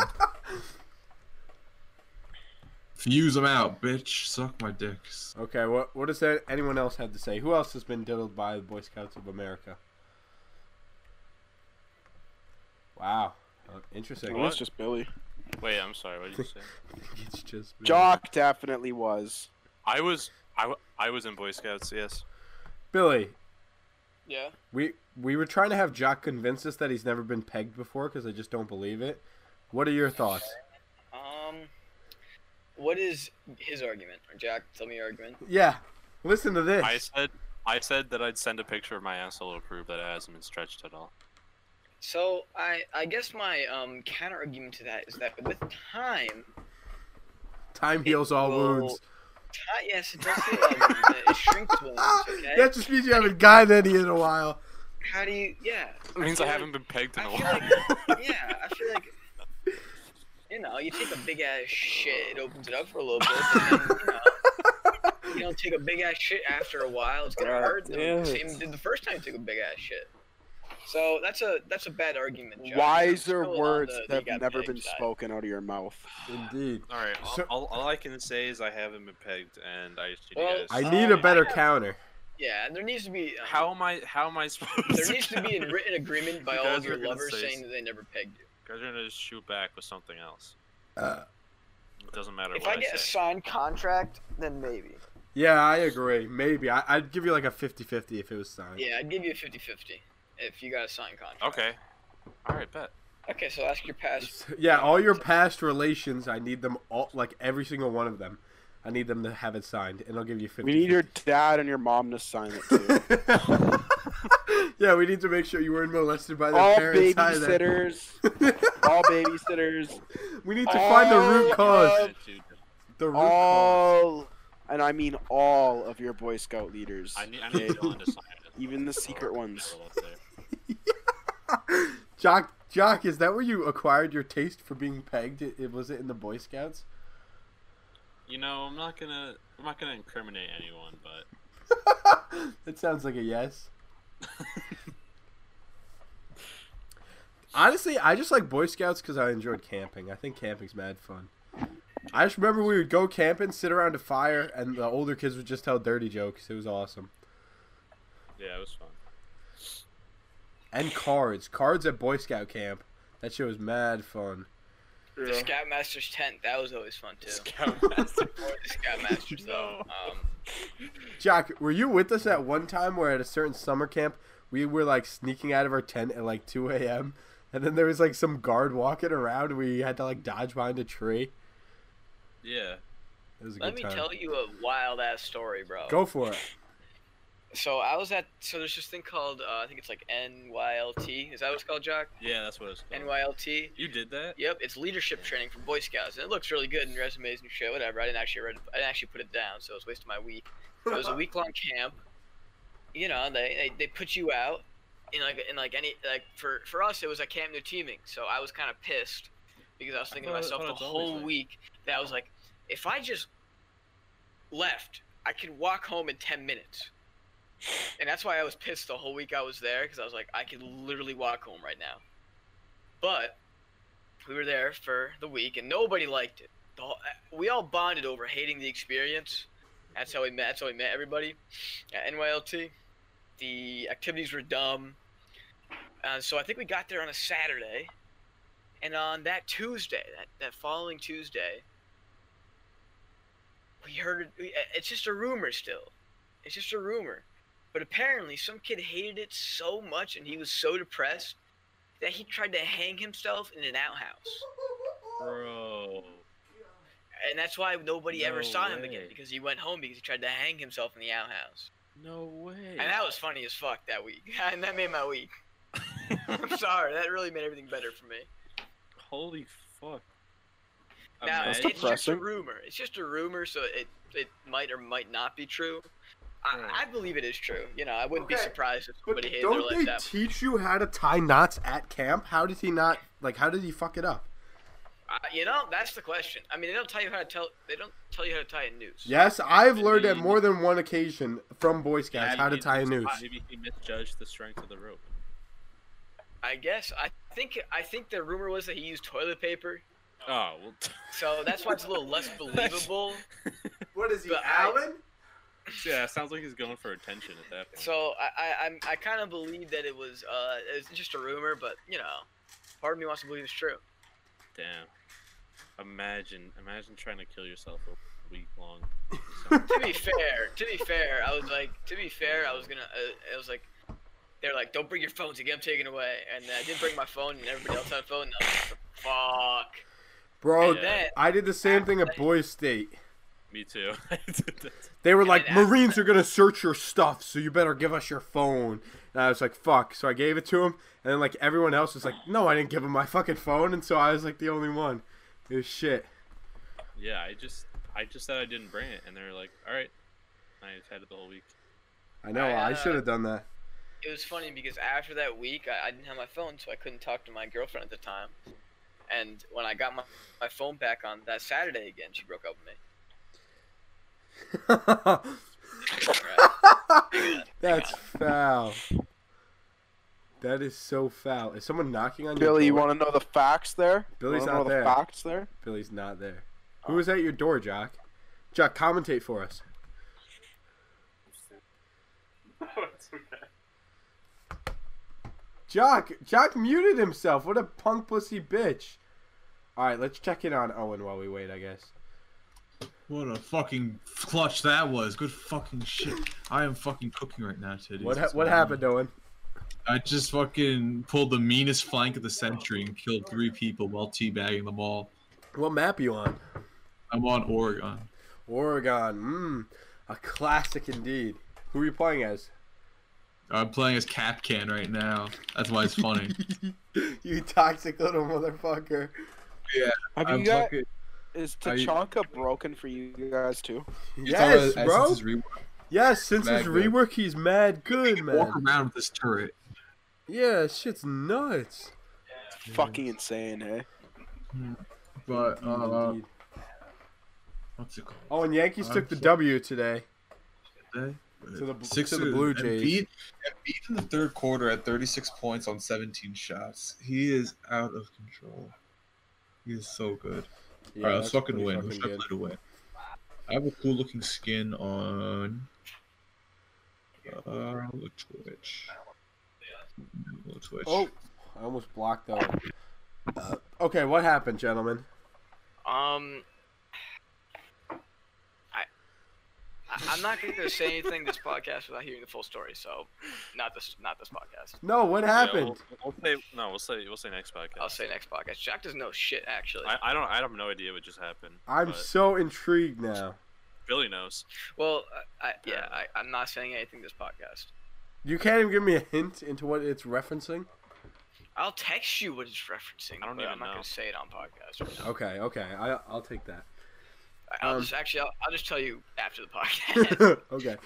[SPEAKER 5] Fuse them out, bitch. Suck my dicks.
[SPEAKER 1] Okay, what what does that, anyone else have to say? Who else has been diddled by the Boy Scouts of America? Wow, Uh, interesting.
[SPEAKER 3] It was just Billy.
[SPEAKER 6] Wait, I'm sorry. What did you say?
[SPEAKER 1] It's just Billy.
[SPEAKER 3] Jock definitely was.
[SPEAKER 6] I was I, w- I was in Boy Scouts. Yes.
[SPEAKER 1] Billy,
[SPEAKER 4] Yeah.
[SPEAKER 1] we we were trying to have Jock convince us that he's never been pegged before because I just don't believe it. What are your thoughts?
[SPEAKER 4] Um. What is his argument, Jack? Tell me your argument.
[SPEAKER 1] Yeah, listen to this.
[SPEAKER 6] I said I said that I'd send a picture of my asshole to prove that it hasn't been stretched at all.
[SPEAKER 4] So I I guess my um counter argument to that is that with time,
[SPEAKER 1] Time heals all
[SPEAKER 4] will-
[SPEAKER 1] wounds.
[SPEAKER 4] ti- yes, it does heal all wounds, it- It shrinks wounds.
[SPEAKER 1] Ah,
[SPEAKER 4] Okay.
[SPEAKER 1] That just means you haven't gotten any in a while.
[SPEAKER 4] How do you? Yeah.
[SPEAKER 6] It means I haven't been pegged in a
[SPEAKER 4] I feel
[SPEAKER 6] while.
[SPEAKER 4] like, yeah, I feel like, you know, you take a big ass shit, it opens it up for a little bit, and then, you know, you don't take a big ass shit after a while, it's gonna
[SPEAKER 3] God
[SPEAKER 4] hurt.
[SPEAKER 3] damn
[SPEAKER 4] Them.
[SPEAKER 3] it.
[SPEAKER 4] Same did the first time you took a big ass shit. So that's a that's a bad argument. Josh. I'm
[SPEAKER 3] Wiser
[SPEAKER 4] still on
[SPEAKER 3] words
[SPEAKER 4] the-
[SPEAKER 3] that
[SPEAKER 4] you
[SPEAKER 3] have
[SPEAKER 4] got
[SPEAKER 3] never
[SPEAKER 4] big
[SPEAKER 3] been
[SPEAKER 4] side.
[SPEAKER 3] spoken out of your mouth.
[SPEAKER 1] Indeed.
[SPEAKER 6] all right.
[SPEAKER 1] So-
[SPEAKER 2] all, all I can say is I haven't been pegged, and I just need
[SPEAKER 4] Well,
[SPEAKER 2] you guys.
[SPEAKER 1] I
[SPEAKER 4] Um,
[SPEAKER 1] need a better
[SPEAKER 4] I have-
[SPEAKER 1] counter.
[SPEAKER 4] Yeah, and there needs to be um,
[SPEAKER 6] How am I? How am I supposed?
[SPEAKER 4] there
[SPEAKER 6] to
[SPEAKER 4] needs to be a
[SPEAKER 6] counter?
[SPEAKER 4] written agreement by
[SPEAKER 6] You
[SPEAKER 4] all
[SPEAKER 6] guys
[SPEAKER 4] of
[SPEAKER 6] were
[SPEAKER 4] your
[SPEAKER 6] gonna
[SPEAKER 4] lovers
[SPEAKER 6] say
[SPEAKER 4] saying
[SPEAKER 6] s-
[SPEAKER 4] that they never pegged you.
[SPEAKER 6] You guys are gonna just shoot back with something else.
[SPEAKER 1] Uh,
[SPEAKER 6] It doesn't matter
[SPEAKER 4] If
[SPEAKER 6] what
[SPEAKER 4] I
[SPEAKER 6] I
[SPEAKER 4] get a
[SPEAKER 6] say.
[SPEAKER 4] signed contract, then maybe.
[SPEAKER 1] yeah, I agree. Maybe. I, I'd give you like a 50 50 if it was signed.
[SPEAKER 4] Yeah, I'd give you a 50-50 if you got a signed contract.
[SPEAKER 6] okay. All right, bet.
[SPEAKER 4] Okay, so ask your past
[SPEAKER 1] Yeah, all your past relations, I need them all, like every single one of them. I need them to have it signed, and I'll give you 50
[SPEAKER 3] We need your dad and your mom to sign it too.
[SPEAKER 1] yeah, we need to make sure you weren't molested by their
[SPEAKER 3] all
[SPEAKER 1] parents either.
[SPEAKER 3] babysitters, all babysitters,
[SPEAKER 1] we need to find the root
[SPEAKER 3] All
[SPEAKER 4] Um,
[SPEAKER 1] cause.
[SPEAKER 3] of-
[SPEAKER 6] Shit, dude.
[SPEAKER 1] The root cause.
[SPEAKER 3] all, and I mean all of your Boy Scout leaders.
[SPEAKER 6] I need, I need Dylan to sign it.
[SPEAKER 3] Even the secret ones.
[SPEAKER 6] Roll up there.
[SPEAKER 1] Jock, Jock, is that where you acquired your taste for being pegged? It, it- was it in the Boy Scouts?
[SPEAKER 6] You know, I'm not gonna, I'm not gonna incriminate anyone, but
[SPEAKER 1] That sounds like a yes. Honestly, I just like Boy Scouts because I enjoyed camping. I think camping's mad fun. I just remember we would go camping, sit around a fire, and the older kids would just tell dirty jokes. It was awesome.
[SPEAKER 6] yeah, it was fun.
[SPEAKER 1] And cards. Cards at Boy Scout camp. That shit was mad fun.
[SPEAKER 4] The Scoutmaster's tent, that was always fun too.
[SPEAKER 6] Scoutmaster.
[SPEAKER 4] Or the Scoutmaster's though. Um,
[SPEAKER 1] Jock, were you with us at one time where at a certain summer camp we were like sneaking out of our tent at like 2 a.m. and then there was like some guard walking around and we had to like dodge behind a tree?
[SPEAKER 6] Yeah.
[SPEAKER 1] It was a good
[SPEAKER 4] let me
[SPEAKER 1] time.
[SPEAKER 4] tell you a wild ass story, bro.
[SPEAKER 1] Go for it.
[SPEAKER 4] So I was at. So there's this thing called. Uh, I think it's like NYLT. Is that what it's called, Jock?
[SPEAKER 2] Yeah, that's what it's called.
[SPEAKER 4] NYLT.
[SPEAKER 2] You did that?
[SPEAKER 4] Yep, it's leadership training for Boy Scouts, and it looks really good in resumes and shit. Whatever. I didn't actually read. I didn't actually put it down, so it was a waste of my week. But it was a week long camp. You know, they, they they put you out in like in like any like for for us it was like camp new teaming. So I was kind of pissed because I was thinking to
[SPEAKER 2] thought- I
[SPEAKER 4] myself
[SPEAKER 2] thought
[SPEAKER 4] the
[SPEAKER 2] it's always
[SPEAKER 4] whole
[SPEAKER 2] like-
[SPEAKER 4] week that I was like, if I just left, I could walk home in ten minutes. And that's why I was pissed the whole week I was there because I was like, I could literally walk home right now. But we were there for the week and nobody liked it. The whole, eh, we all bonded over hating the experience. That's how we met. That's how we met everybody at NYLT. The activities were dumb. Uh, so I think we got there on a Saturday, and on that Tuesday, that, that following Tuesday, we heard we- uh, it's just a rumor still. It's just a rumor, but apparently some kid hated it so much, and he was so depressed that he tried to hang himself in an outhouse.
[SPEAKER 2] Bro.
[SPEAKER 4] And that's why nobody ever
[SPEAKER 2] No
[SPEAKER 4] saw him again
[SPEAKER 2] way.
[SPEAKER 4] because he went home because he tried to hang himself in the outhouse.
[SPEAKER 2] No way.
[SPEAKER 4] And that was funny as fuck that week. and that made my week. I'm sorry. That really made everything better for me.
[SPEAKER 2] Holy fuck.
[SPEAKER 4] Now,
[SPEAKER 2] Imagine-
[SPEAKER 3] That's
[SPEAKER 4] it's just a
[SPEAKER 3] depressing.
[SPEAKER 4] rumor. It's just a rumor, so it it might or might not be true.
[SPEAKER 2] Hmm.
[SPEAKER 4] I, I believe it is true. You know, I wouldn't be
[SPEAKER 1] Okay,
[SPEAKER 4] surprised if
[SPEAKER 1] But
[SPEAKER 4] somebody hated their
[SPEAKER 1] don't
[SPEAKER 4] life
[SPEAKER 1] they
[SPEAKER 4] that much.
[SPEAKER 1] teach you how to tie knots at camp? How did he not like? How did he fuck it up?
[SPEAKER 4] I- You know, that's the question. I mean, they don't tell you how to tell. They don't tell you how to tie a noose.
[SPEAKER 1] Yes, I've learned at
[SPEAKER 2] Maybe-
[SPEAKER 1] more than one occasion from Boy Scouts how to
[SPEAKER 2] maybe
[SPEAKER 1] tie a
[SPEAKER 2] he-
[SPEAKER 1] noose.
[SPEAKER 2] Maybe he misjudged the strength of the rope.
[SPEAKER 4] I guess. I think. I think the rumor was that he used toilet paper.
[SPEAKER 2] Oh, well.
[SPEAKER 4] So that's why it's a little less believable.
[SPEAKER 1] What is he,
[SPEAKER 4] But I-
[SPEAKER 2] yeah, it sounds like he's going for attention at that point.
[SPEAKER 4] So I I, I'm, I kind of believe that it was uh it's just a rumor, but you know, part of me wants to believe it's true.
[SPEAKER 2] Damn. Imagine, imagine trying to kill yourself a week long.
[SPEAKER 4] to be fair, to be fair, I was like, to be fair, I was gonna, uh, I was like, they're like, don't bring your phones again, I'm taking it away, and then I didn't bring my phone, and everybody else had a phone. And I was like, fuck.
[SPEAKER 1] Bro,
[SPEAKER 4] And then,
[SPEAKER 1] I did the same thing at Boy State.
[SPEAKER 2] Me too. I did that.
[SPEAKER 1] They were
[SPEAKER 4] And
[SPEAKER 1] like,
[SPEAKER 4] then after
[SPEAKER 1] Marines are gonna search your stuff, so you better give us your phone. And I was like, fuck. So I gave it to him, and then like everyone else was like, no, I didn't give him my fucking phone, and so I was like the only one. It was shit.
[SPEAKER 2] yeah, I just, I just said I didn't bring it, and they were like, "All right." I just had it the whole week.
[SPEAKER 1] I know.
[SPEAKER 4] I,
[SPEAKER 1] I,
[SPEAKER 4] uh,
[SPEAKER 1] should have done that.
[SPEAKER 4] it was funny because after that week, I, I didn't have my phone, so I couldn't talk to my girlfriend at the time. And when I got my, my phone back on that Saturday again, she broke up with me.
[SPEAKER 1] That's foul. That is so foul. Is someone knocking on your door?
[SPEAKER 3] Billy, you want to know the facts there? You
[SPEAKER 1] Billy's
[SPEAKER 3] wanna
[SPEAKER 1] not
[SPEAKER 3] know
[SPEAKER 1] there.
[SPEAKER 3] The facts there.
[SPEAKER 1] Billy's not there. Who is at your door, Jock? Jock, commentate for us. Jock, Jock muted himself. What a punk pussy bitch. All right, let's check in on Owen while we wait. I guess.
[SPEAKER 5] What a fucking clutch that was. Good fucking shit. I am fucking cooking right now, titties.
[SPEAKER 1] What ha-
[SPEAKER 5] That's
[SPEAKER 1] what
[SPEAKER 5] I am.
[SPEAKER 1] happened, Owen?
[SPEAKER 5] I just fucking pulled the meanest flank of the century and killed three people while teabagging them all.
[SPEAKER 1] What map you on?
[SPEAKER 5] I'm on Oregon.
[SPEAKER 1] Oregon. Mmm, a classic indeed. Who are you playing as?
[SPEAKER 5] I'm playing as Cap Can right now. That's why it's funny.
[SPEAKER 1] you toxic little motherfucker.
[SPEAKER 3] Have you
[SPEAKER 5] I'm
[SPEAKER 3] got?
[SPEAKER 5] fucking-
[SPEAKER 3] Is
[SPEAKER 5] Are you-
[SPEAKER 3] Tachanka broken for you guys too?
[SPEAKER 5] you saw
[SPEAKER 1] Yes,
[SPEAKER 5] that-
[SPEAKER 1] bro.
[SPEAKER 5] Essence is reworked.
[SPEAKER 1] Yes, since
[SPEAKER 5] Mad
[SPEAKER 1] his
[SPEAKER 5] good.
[SPEAKER 1] rework, he's mad good,
[SPEAKER 5] Walk
[SPEAKER 1] man.
[SPEAKER 5] around with this turret.
[SPEAKER 1] Yeah, shit's nuts.
[SPEAKER 3] Fucking insane, hey.
[SPEAKER 5] But uh,
[SPEAKER 1] Indeed.
[SPEAKER 5] what's it called?
[SPEAKER 1] oh, and Yankees
[SPEAKER 5] I'm
[SPEAKER 1] took the
[SPEAKER 5] so-
[SPEAKER 1] W today.
[SPEAKER 5] today?
[SPEAKER 1] To the- to the
[SPEAKER 5] Sixers.
[SPEAKER 1] Blue Jays.
[SPEAKER 5] Embiid, Embiid in the third quarter at 36 points on 17 shots. He is out of control. He is so good.
[SPEAKER 1] Yeah,
[SPEAKER 5] All right,
[SPEAKER 1] that's
[SPEAKER 5] let's fucking
[SPEAKER 1] pretty
[SPEAKER 5] win.
[SPEAKER 1] fucking
[SPEAKER 5] Let's try to
[SPEAKER 1] good.
[SPEAKER 5] play to win. I have a cool looking skin on uh, Twitch. Little Twitch.
[SPEAKER 1] Oh, I almost blocked that one. Uh, okay, what happened, gentlemen?
[SPEAKER 4] Um, I, I I'm not going to say anything this podcast without hearing the full story. So, not this, not this podcast.
[SPEAKER 1] No, what happened?
[SPEAKER 2] Yeah, we'll, we'll say, no, we'll say, we'll say next podcast.
[SPEAKER 4] I'll say next podcast. Jack doesn't know shit actually.
[SPEAKER 2] I, I don't, I have no idea what just happened.
[SPEAKER 1] I'm
[SPEAKER 2] but
[SPEAKER 1] so intrigued now.
[SPEAKER 6] Billy knows.
[SPEAKER 4] Well, I, I, yeah, I, I'm not saying anything this podcast.
[SPEAKER 1] You can't even give me a hint into what it's referencing.
[SPEAKER 4] I'll text you what it's referencing.
[SPEAKER 6] I don't
[SPEAKER 4] but
[SPEAKER 6] even
[SPEAKER 4] I'm not
[SPEAKER 6] know.
[SPEAKER 4] gonna say it on podcast. Right now.
[SPEAKER 1] Okay, okay, I, I'll take that.
[SPEAKER 4] I- I'll
[SPEAKER 1] Um,
[SPEAKER 4] just actually, I'll, I'll just tell you after the podcast.
[SPEAKER 1] okay. All right,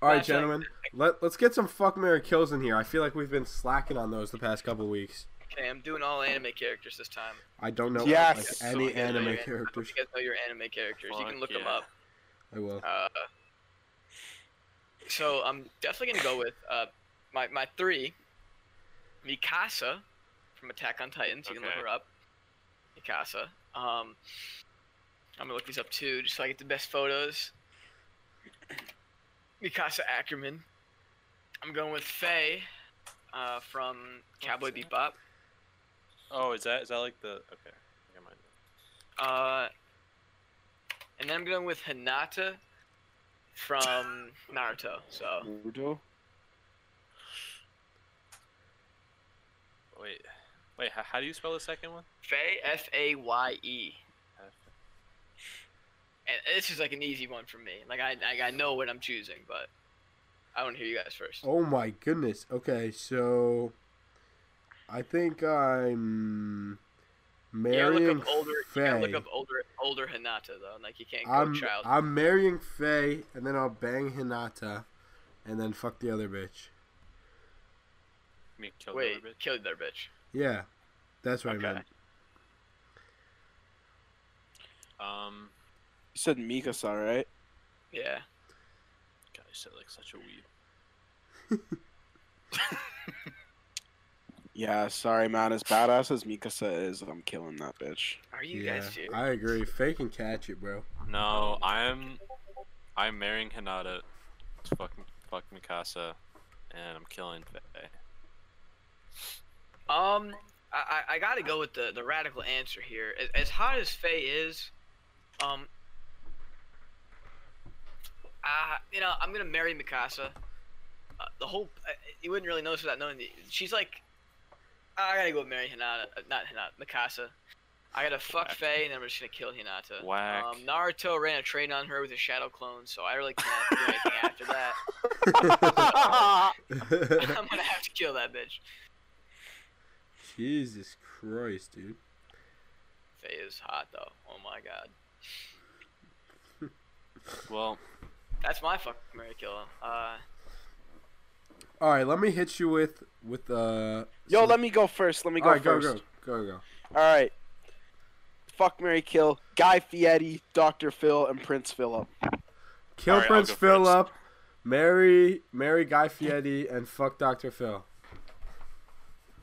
[SPEAKER 4] Flashlight.
[SPEAKER 1] gentlemen. Let Let's get some fuck Mary kills in here. I feel like we've been slacking on those the past couple weeks.
[SPEAKER 4] okay, I'm doing all anime characters this time.
[SPEAKER 1] I don't know
[SPEAKER 3] Yes.
[SPEAKER 1] like, any
[SPEAKER 4] So, yeah,
[SPEAKER 1] anime
[SPEAKER 4] yeah. If
[SPEAKER 1] characters.
[SPEAKER 4] you guys know your anime characters, you can
[SPEAKER 6] Fuck
[SPEAKER 4] look them
[SPEAKER 6] yeah.
[SPEAKER 4] up.
[SPEAKER 1] I will.
[SPEAKER 4] Uh, so I'm definitely gonna go with uh, my my three. Mikasa from Attack on Titans. You can
[SPEAKER 6] Okay.
[SPEAKER 4] look her up. Mikasa. Um, I'm gonna look these up too, just so I get the best photos. Mikasa Ackerman. I'm going with Faye uh, from Cowboy Bebop.
[SPEAKER 2] Oh, is that is that like the okay? Never mind.
[SPEAKER 4] Uh, and then I'm going with Hinata from Naruto. So
[SPEAKER 3] Naruto.
[SPEAKER 2] Wait, wait. How, how do you spell the second one?
[SPEAKER 4] Faye, F A Y E.
[SPEAKER 2] F-
[SPEAKER 4] And this is like an easy one for me. Like I, I, I know what I'm choosing, but I want to hear you guys first.
[SPEAKER 1] Oh my goodness. Okay, so I think I'm
[SPEAKER 4] yeah,
[SPEAKER 1] marrying
[SPEAKER 4] look up older. You gotta
[SPEAKER 1] Faye.
[SPEAKER 4] look up older, older Hinata though. Like you can't go
[SPEAKER 1] I'm
[SPEAKER 4] child.
[SPEAKER 1] I'm marrying Faye, and then I'll bang Hinata, and then fuck the other bitch.
[SPEAKER 2] Me kill the
[SPEAKER 4] Wait,
[SPEAKER 2] other bitch.
[SPEAKER 4] killed their bitch.
[SPEAKER 1] Yeah, that's what I
[SPEAKER 4] Okay.
[SPEAKER 1] meant.
[SPEAKER 2] Um,
[SPEAKER 3] You said Mikasa, right?
[SPEAKER 4] Yeah.
[SPEAKER 2] God, you said like such a weeb.
[SPEAKER 3] Yeah, sorry, man. As badass as Mikasa is, I'm killing that bitch.
[SPEAKER 4] Are you
[SPEAKER 1] yeah,
[SPEAKER 4] guys serious?
[SPEAKER 1] I agree. Faye can catch it, bro.
[SPEAKER 6] No, I'm I'm marrying Hinata. to Fucking fuck Mikasa, and I'm killing Faye.
[SPEAKER 4] Um, I, I I gotta go with the, the radical answer here. As, as hot as Faye is, um, uh, you know, I'm gonna marry Mikasa. Uh, the whole uh, you wouldn't really notice without knowing the, she's like, I gotta go marry Hinata, uh, not Hinata, Mikasa. I gotta fuck
[SPEAKER 6] Whack.
[SPEAKER 4] Faye, and then I'm just gonna kill
[SPEAKER 2] Uh,
[SPEAKER 4] Hinata.
[SPEAKER 6] Whack.
[SPEAKER 4] Um, Naruto ran a train on her with his shadow clone, so I really can't do anything after that. I'm gonna have to kill that bitch.
[SPEAKER 1] Jesus Christ, dude.
[SPEAKER 4] Faye is hot though. Oh my god.
[SPEAKER 6] Well,
[SPEAKER 4] That's my fuck Mary Kill. Uh,
[SPEAKER 1] All right, let me hit you with with uh.
[SPEAKER 3] Yo, let me go first. Let me go first.
[SPEAKER 1] go go go.
[SPEAKER 3] All right. Fuck Mary Kill, Guy Fieri, Dr. Phil, and Prince Philip.
[SPEAKER 1] Kill
[SPEAKER 6] All right, I'll
[SPEAKER 1] Prince
[SPEAKER 6] go first.
[SPEAKER 1] Philip, marry marry Guy Fieri, and fuck Doctor Phil.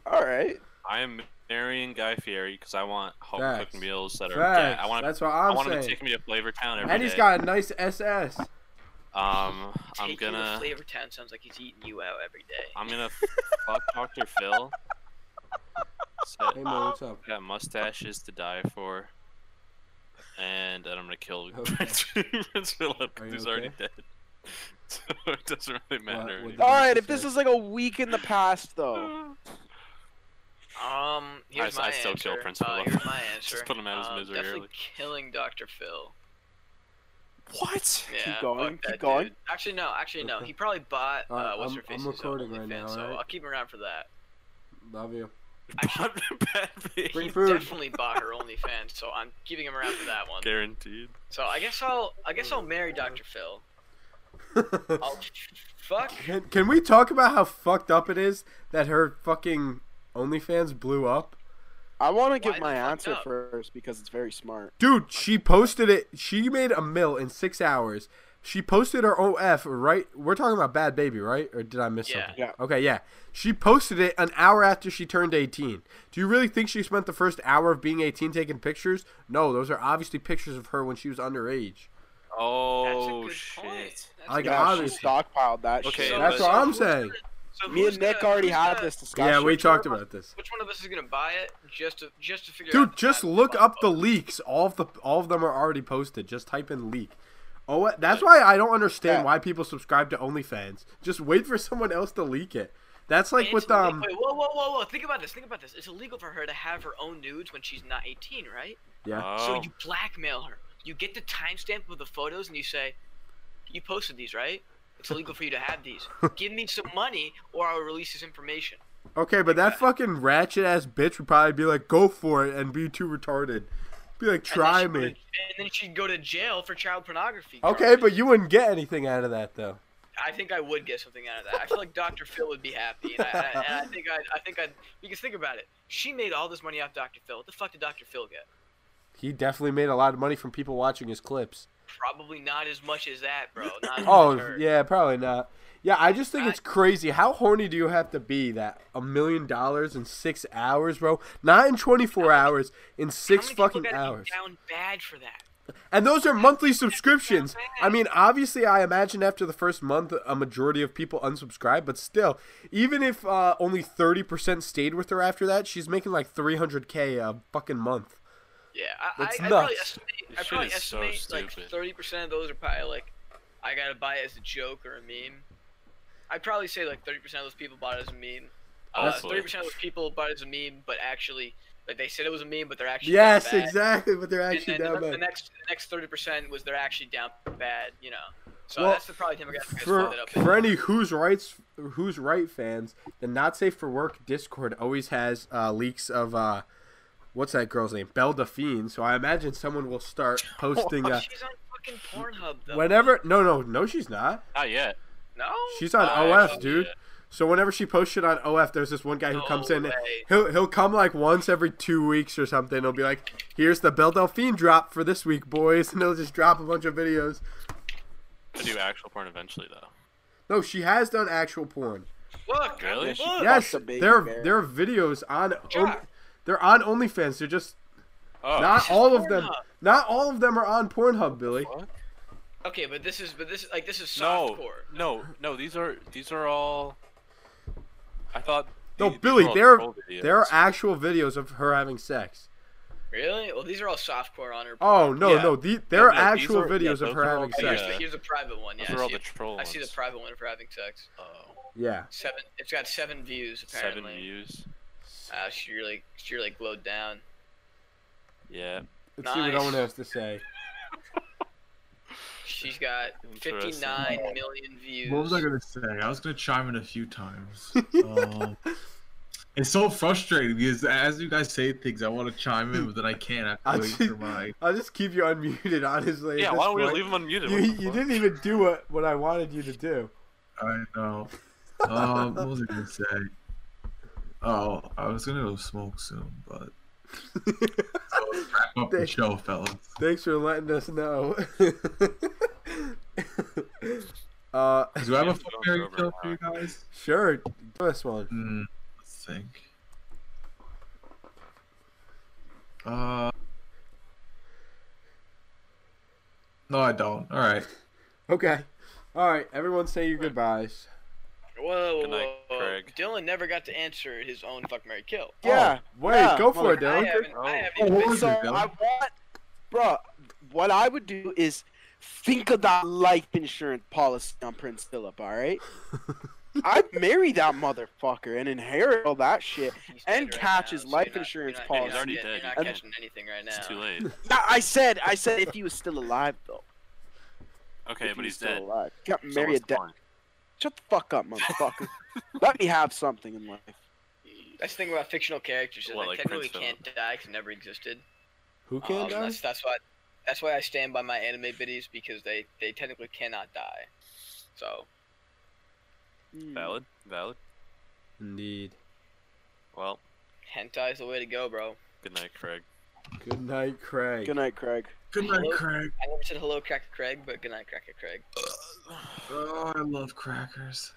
[SPEAKER 3] All right.
[SPEAKER 6] I am marrying Guy Fieri because I want home
[SPEAKER 1] Facts.
[SPEAKER 6] cooked meals that are.
[SPEAKER 1] Facts.
[SPEAKER 6] Yeah, I want.
[SPEAKER 1] That's what
[SPEAKER 6] I
[SPEAKER 1] I'm
[SPEAKER 6] want him to
[SPEAKER 1] saying.
[SPEAKER 6] take me to Flavor Town every
[SPEAKER 1] And he's
[SPEAKER 6] day.
[SPEAKER 1] got a nice SS.
[SPEAKER 6] um,
[SPEAKER 4] take
[SPEAKER 6] I'm
[SPEAKER 4] you to
[SPEAKER 6] gonna.
[SPEAKER 4] Flavor Town sounds like he's eating you out every day.
[SPEAKER 6] I'm gonna fuck Doctor Phil. Set-
[SPEAKER 1] Hey Mo, what's up?
[SPEAKER 6] got mustaches to die for. And then I'm gonna kill
[SPEAKER 1] Okay.
[SPEAKER 6] Prince, Prince Philip
[SPEAKER 1] Are
[SPEAKER 6] because
[SPEAKER 1] you
[SPEAKER 6] he's already
[SPEAKER 1] okay?
[SPEAKER 6] dead. So it doesn't really matter.
[SPEAKER 1] what Oh.
[SPEAKER 6] anymore.
[SPEAKER 3] All right. If this is like a week in the past, though,
[SPEAKER 4] Um, here's
[SPEAKER 6] I-
[SPEAKER 4] my
[SPEAKER 6] I still kill
[SPEAKER 4] answer.
[SPEAKER 6] Prince
[SPEAKER 4] Uh,
[SPEAKER 6] Philip.
[SPEAKER 4] here's my
[SPEAKER 6] Just
[SPEAKER 4] answer.
[SPEAKER 6] put him out of his
[SPEAKER 4] Um,
[SPEAKER 6] misery
[SPEAKER 4] Definitely
[SPEAKER 6] early.
[SPEAKER 4] killing Dr. Phil.
[SPEAKER 6] what?
[SPEAKER 4] Yeah, fuck
[SPEAKER 3] going,
[SPEAKER 4] that
[SPEAKER 3] keep going.
[SPEAKER 4] dude. Actually, no. Actually, no.
[SPEAKER 1] Okay.
[SPEAKER 4] He probably bought uh,
[SPEAKER 1] Alright,
[SPEAKER 4] what's
[SPEAKER 1] I'm-
[SPEAKER 4] her
[SPEAKER 1] I'm
[SPEAKER 4] face?
[SPEAKER 1] recording right now,
[SPEAKER 4] so
[SPEAKER 1] alright?
[SPEAKER 4] I'll keep him around for that.
[SPEAKER 1] Love you.
[SPEAKER 6] Bad, bad bitch.
[SPEAKER 1] Bring
[SPEAKER 4] He
[SPEAKER 1] food.
[SPEAKER 4] definitely bought her OnlyFans, so I'm keeping him around for that one.
[SPEAKER 6] Guaranteed.
[SPEAKER 4] So I guess I'll I guess I'll marry Dr. Phil.
[SPEAKER 6] Oh,
[SPEAKER 4] I'll fuck.
[SPEAKER 1] can, can we talk about how fucked up it is that her fucking OnlyFans blew up?
[SPEAKER 3] I want to
[SPEAKER 4] Why
[SPEAKER 3] give
[SPEAKER 4] the
[SPEAKER 3] my
[SPEAKER 4] fuck
[SPEAKER 3] answer
[SPEAKER 4] up?
[SPEAKER 3] first because it's very smart.
[SPEAKER 1] Dude, she posted it. She made a mill in six hours. She posted her OF right. We're talking about Bad Baby, right? Or did I miss
[SPEAKER 4] Yeah.
[SPEAKER 1] something?
[SPEAKER 3] Yeah.
[SPEAKER 1] Okay, yeah. She posted it an hour after she turned 18. Do you really think she spent the first hour of being 18 taking pictures? No, those are obviously pictures of her when she was underage.
[SPEAKER 6] Oh
[SPEAKER 4] That's a good
[SPEAKER 6] shit.
[SPEAKER 4] Point. That's
[SPEAKER 1] I got it.
[SPEAKER 3] Yeah,
[SPEAKER 4] a good point.
[SPEAKER 3] she
[SPEAKER 1] obviously.
[SPEAKER 3] stockpiled that.
[SPEAKER 6] Okay,
[SPEAKER 3] Okay.
[SPEAKER 4] So-
[SPEAKER 1] That's
[SPEAKER 4] so
[SPEAKER 1] what I'm
[SPEAKER 4] who's
[SPEAKER 1] saying.
[SPEAKER 4] So
[SPEAKER 3] Me
[SPEAKER 4] who's
[SPEAKER 3] and Nick
[SPEAKER 4] gonna-
[SPEAKER 3] already
[SPEAKER 4] who's
[SPEAKER 3] had
[SPEAKER 4] gonna-
[SPEAKER 3] this
[SPEAKER 1] Yeah,
[SPEAKER 3] discussion.
[SPEAKER 1] we talked about this.
[SPEAKER 4] Which one of us is gonna buy it just to just to figure out?
[SPEAKER 1] Dude,
[SPEAKER 4] the
[SPEAKER 1] just
[SPEAKER 4] time to
[SPEAKER 1] look
[SPEAKER 4] buy
[SPEAKER 1] up the
[SPEAKER 4] both?
[SPEAKER 1] leaks. All of the all of them are already posted. Just type in leak. Oh, that's why I don't understand
[SPEAKER 3] Yeah.
[SPEAKER 1] why people subscribe to OnlyFans. Just wait for someone else to leak it. That's like
[SPEAKER 4] It's
[SPEAKER 1] with
[SPEAKER 4] ille-
[SPEAKER 1] um.
[SPEAKER 4] Wait, whoa, whoa, whoa, whoa! Think about this. Think about this. It's illegal for her to have her own nudes when she's not 18, right?
[SPEAKER 1] Yeah.
[SPEAKER 6] Oh.
[SPEAKER 4] So you blackmail her. you get the timestamp of the photos and you say, you posted these, right? It's illegal for you to have these. Give me some money or I'll release this information.
[SPEAKER 1] Okay, but that fucking ratchet ass bitch would probably be like, "Go for it," and be too retarded. Be like,
[SPEAKER 4] And then
[SPEAKER 1] "Try
[SPEAKER 4] she'd go to-
[SPEAKER 1] me."
[SPEAKER 4] and then she'd go to jail for child pornography.
[SPEAKER 1] Okay, but you wouldn't get anything out of that though.
[SPEAKER 4] I think I would get something out of that. I feel like Dr. Phil would be happy, and I, I, and I think I, I think I, because think about it, she made all this money off Dr. Phil. What the fuck did Dr. Phil get?
[SPEAKER 1] He definitely made a lot of money from people watching his clips.
[SPEAKER 4] Probably not as much as that, bro. Not as much
[SPEAKER 1] Oh
[SPEAKER 4] her.
[SPEAKER 1] yeah, probably not. Yeah, I just think it's crazy. How horny do you have to be that a million dollars in six hours, bro? Not in twenty four hours, in
[SPEAKER 4] How
[SPEAKER 1] six
[SPEAKER 4] many people
[SPEAKER 1] fucking
[SPEAKER 4] gotta be
[SPEAKER 1] hours.
[SPEAKER 4] Down bad for that.
[SPEAKER 1] And those are monthly subscriptions.
[SPEAKER 4] bad.
[SPEAKER 1] I mean, obviously, I imagine after the first month, a majority of people unsubscribe. But still, even if uh, only thirty percent stayed with her after that, she's making like three hundred k a fucking month.
[SPEAKER 4] Yeah, I,
[SPEAKER 1] That's
[SPEAKER 4] I, I probably
[SPEAKER 1] nuts.
[SPEAKER 4] estimate,
[SPEAKER 6] This
[SPEAKER 4] I
[SPEAKER 6] shit
[SPEAKER 4] probably
[SPEAKER 6] is so
[SPEAKER 4] estimate like
[SPEAKER 6] stupid.
[SPEAKER 4] thirty percent of those are probably like, I gotta buy it as a joke or a meme. I'd probably say like thirty percent of those people bought it as a meme. Uh,
[SPEAKER 6] Hopefully.
[SPEAKER 4] Thirty percent of those people bought it as a meme, but actually, like they said it was a meme, but they're actually down
[SPEAKER 1] Yes,
[SPEAKER 4] bad.
[SPEAKER 1] exactly. But they're actually
[SPEAKER 4] and then
[SPEAKER 1] down
[SPEAKER 4] the, the
[SPEAKER 1] bad.
[SPEAKER 4] next the next thirty percent was they're actually down bad, you know. So
[SPEAKER 1] Well,
[SPEAKER 4] that's the probably demographic that's
[SPEAKER 1] for,
[SPEAKER 4] folded up.
[SPEAKER 1] for any who's rights who's right fans the not safe for work discord always has uh, leaks of uh, what's that girl's name belle Delphine. so i imagine someone will start posting uh,
[SPEAKER 4] She's on fucking Pornhub though.
[SPEAKER 1] whenever no no no she's not
[SPEAKER 6] Not yet.
[SPEAKER 4] No.
[SPEAKER 1] she's on
[SPEAKER 6] I
[SPEAKER 1] of
[SPEAKER 6] don't
[SPEAKER 1] dude
[SPEAKER 6] yet.
[SPEAKER 1] so whenever she posts shit on of there's this one guy who
[SPEAKER 4] No
[SPEAKER 1] comes in
[SPEAKER 4] way.
[SPEAKER 1] he'll, he'll come like once every two weeks or something he'll be like here's the belle Delphine drop for this week boys and he'll just drop a bunch of videos
[SPEAKER 6] To do actual porn eventually though.
[SPEAKER 1] no she has done actual porn
[SPEAKER 4] Look,
[SPEAKER 6] Really?
[SPEAKER 4] look.
[SPEAKER 1] Yes,
[SPEAKER 3] Fuck the baby
[SPEAKER 1] there
[SPEAKER 3] bear.
[SPEAKER 1] there are videos on on-
[SPEAKER 4] Jack.
[SPEAKER 1] they're on OnlyFans. They're just
[SPEAKER 6] Oh,
[SPEAKER 1] not all of them.
[SPEAKER 4] Pornhub.
[SPEAKER 1] Not all of them are on Pornhub, Billy.
[SPEAKER 4] Okay, but this is but this is like this is
[SPEAKER 6] no,
[SPEAKER 4] softcore.
[SPEAKER 6] no, no. These are these are all. I thought.
[SPEAKER 1] No,
[SPEAKER 6] these- these
[SPEAKER 1] Billy,
[SPEAKER 6] were all
[SPEAKER 1] there
[SPEAKER 6] troll videos.
[SPEAKER 1] there are actual videos of her having sex.
[SPEAKER 4] Really? Well, these are all softcore on her.
[SPEAKER 1] Oh no
[SPEAKER 6] Yeah.
[SPEAKER 1] no, the,
[SPEAKER 6] Yeah,
[SPEAKER 1] there are
[SPEAKER 6] no, these
[SPEAKER 1] actual
[SPEAKER 6] are- yeah,
[SPEAKER 1] videos
[SPEAKER 6] those
[SPEAKER 1] of her
[SPEAKER 6] are all
[SPEAKER 1] having
[SPEAKER 6] videos.
[SPEAKER 1] sex.
[SPEAKER 4] here's, the-
[SPEAKER 6] yeah.
[SPEAKER 4] here's a private one. Yeah,
[SPEAKER 6] Those
[SPEAKER 4] I
[SPEAKER 6] are all
[SPEAKER 4] see,
[SPEAKER 6] the
[SPEAKER 4] it.
[SPEAKER 6] troll
[SPEAKER 4] I see the
[SPEAKER 6] ones.
[SPEAKER 4] private one for having sex.
[SPEAKER 6] Oh,
[SPEAKER 1] Yeah.
[SPEAKER 4] Seven. It's got seven views apparently.
[SPEAKER 6] seven views.
[SPEAKER 4] Uh, she really she really glowed down.
[SPEAKER 6] Yeah.
[SPEAKER 1] Let's see what
[SPEAKER 4] Nice.
[SPEAKER 1] Owen has to say.
[SPEAKER 4] She's got
[SPEAKER 6] Interesting.
[SPEAKER 4] 59 million views.
[SPEAKER 5] What was I gonna say? I was gonna chime in a few times. Um, it's so frustrating because as you guys say things, I want to chime in, but then I can't. I have to
[SPEAKER 1] I
[SPEAKER 5] wait
[SPEAKER 1] see-
[SPEAKER 5] for my.
[SPEAKER 1] I'll just keep you unmuted, honestly. at
[SPEAKER 6] Yeah.
[SPEAKER 1] this
[SPEAKER 6] Why don't we
[SPEAKER 1] point.
[SPEAKER 6] leave them unmuted? What
[SPEAKER 1] You,
[SPEAKER 6] the
[SPEAKER 1] you
[SPEAKER 6] fuck?
[SPEAKER 1] didn't even do what, what I wanted you to do.
[SPEAKER 5] I know. Um, what was I gonna say? Oh, I was gonna go smoke soon, but so let's wrap up the show, fellas.
[SPEAKER 1] Thanks for letting us know. uh,
[SPEAKER 5] Do I have a
[SPEAKER 6] Yeah,
[SPEAKER 5] fuck
[SPEAKER 6] don't
[SPEAKER 5] Mary
[SPEAKER 6] go
[SPEAKER 5] kill
[SPEAKER 6] over
[SPEAKER 5] for you guys?
[SPEAKER 1] sure, give us one.
[SPEAKER 5] Hmm, let's think. Uh. No, I don't. All right.
[SPEAKER 1] Okay. All right, everyone say your goodbyes.
[SPEAKER 4] Whoa,
[SPEAKER 6] Good night,
[SPEAKER 4] whoa, whoa.
[SPEAKER 6] Craig.
[SPEAKER 4] Dylan never got to answer his own fuck Mary Kill.
[SPEAKER 3] Yeah.
[SPEAKER 1] Oh, Wait,
[SPEAKER 3] yeah,
[SPEAKER 1] go for it,
[SPEAKER 4] I
[SPEAKER 1] Dylan.
[SPEAKER 4] haven't, I
[SPEAKER 6] Oh.
[SPEAKER 4] haven't
[SPEAKER 5] Oh,
[SPEAKER 4] even
[SPEAKER 5] what
[SPEAKER 4] been-
[SPEAKER 5] was
[SPEAKER 3] So
[SPEAKER 5] it,
[SPEAKER 3] I
[SPEAKER 5] Dylan?
[SPEAKER 3] want, bruh. What I would do is think of that life insurance policy on Prince Philip. All right. I'd marry that motherfucker and inherit all that shit.
[SPEAKER 4] He's
[SPEAKER 3] and
[SPEAKER 4] dead right
[SPEAKER 3] catch
[SPEAKER 4] now,
[SPEAKER 3] his
[SPEAKER 4] so
[SPEAKER 3] life
[SPEAKER 4] you're not-
[SPEAKER 3] insurance
[SPEAKER 4] you're not-
[SPEAKER 3] policy.
[SPEAKER 6] He's already
[SPEAKER 4] You're
[SPEAKER 6] dead.
[SPEAKER 4] not
[SPEAKER 6] You
[SPEAKER 3] can't-
[SPEAKER 4] catching anything right now.
[SPEAKER 6] It's too late.
[SPEAKER 3] Yeah, I said, I said if he was still alive though.
[SPEAKER 6] Okay,
[SPEAKER 3] if he
[SPEAKER 6] but
[SPEAKER 3] was
[SPEAKER 6] he's
[SPEAKER 3] still
[SPEAKER 6] dead.
[SPEAKER 3] Alive. Can't
[SPEAKER 6] So
[SPEAKER 3] marry
[SPEAKER 6] what's
[SPEAKER 3] a
[SPEAKER 6] the
[SPEAKER 3] dead.
[SPEAKER 6] point?
[SPEAKER 3] Shut the fuck up, motherfucker. Let me have something in life.
[SPEAKER 4] That's the thing about fictional characters. Is
[SPEAKER 6] What, like
[SPEAKER 4] like, technically
[SPEAKER 6] Prince
[SPEAKER 4] can't die because never existed.
[SPEAKER 1] Who can
[SPEAKER 3] Oh,
[SPEAKER 4] um,
[SPEAKER 1] die?
[SPEAKER 4] that's, that's why. That's why I stand by my anime biddies because they they technically cannot die. So
[SPEAKER 3] Hmm.
[SPEAKER 6] Valid. Valid.
[SPEAKER 1] Indeed.
[SPEAKER 6] Well,
[SPEAKER 4] hentai is the way to go, bro.
[SPEAKER 6] good night, Craig.
[SPEAKER 1] Good night, Craig.
[SPEAKER 3] Good night, Craig.
[SPEAKER 5] Good night, Craig.
[SPEAKER 4] I never said hello, Cracker Craig, but good night, Cracker Craig.
[SPEAKER 5] Oh, I love crackers.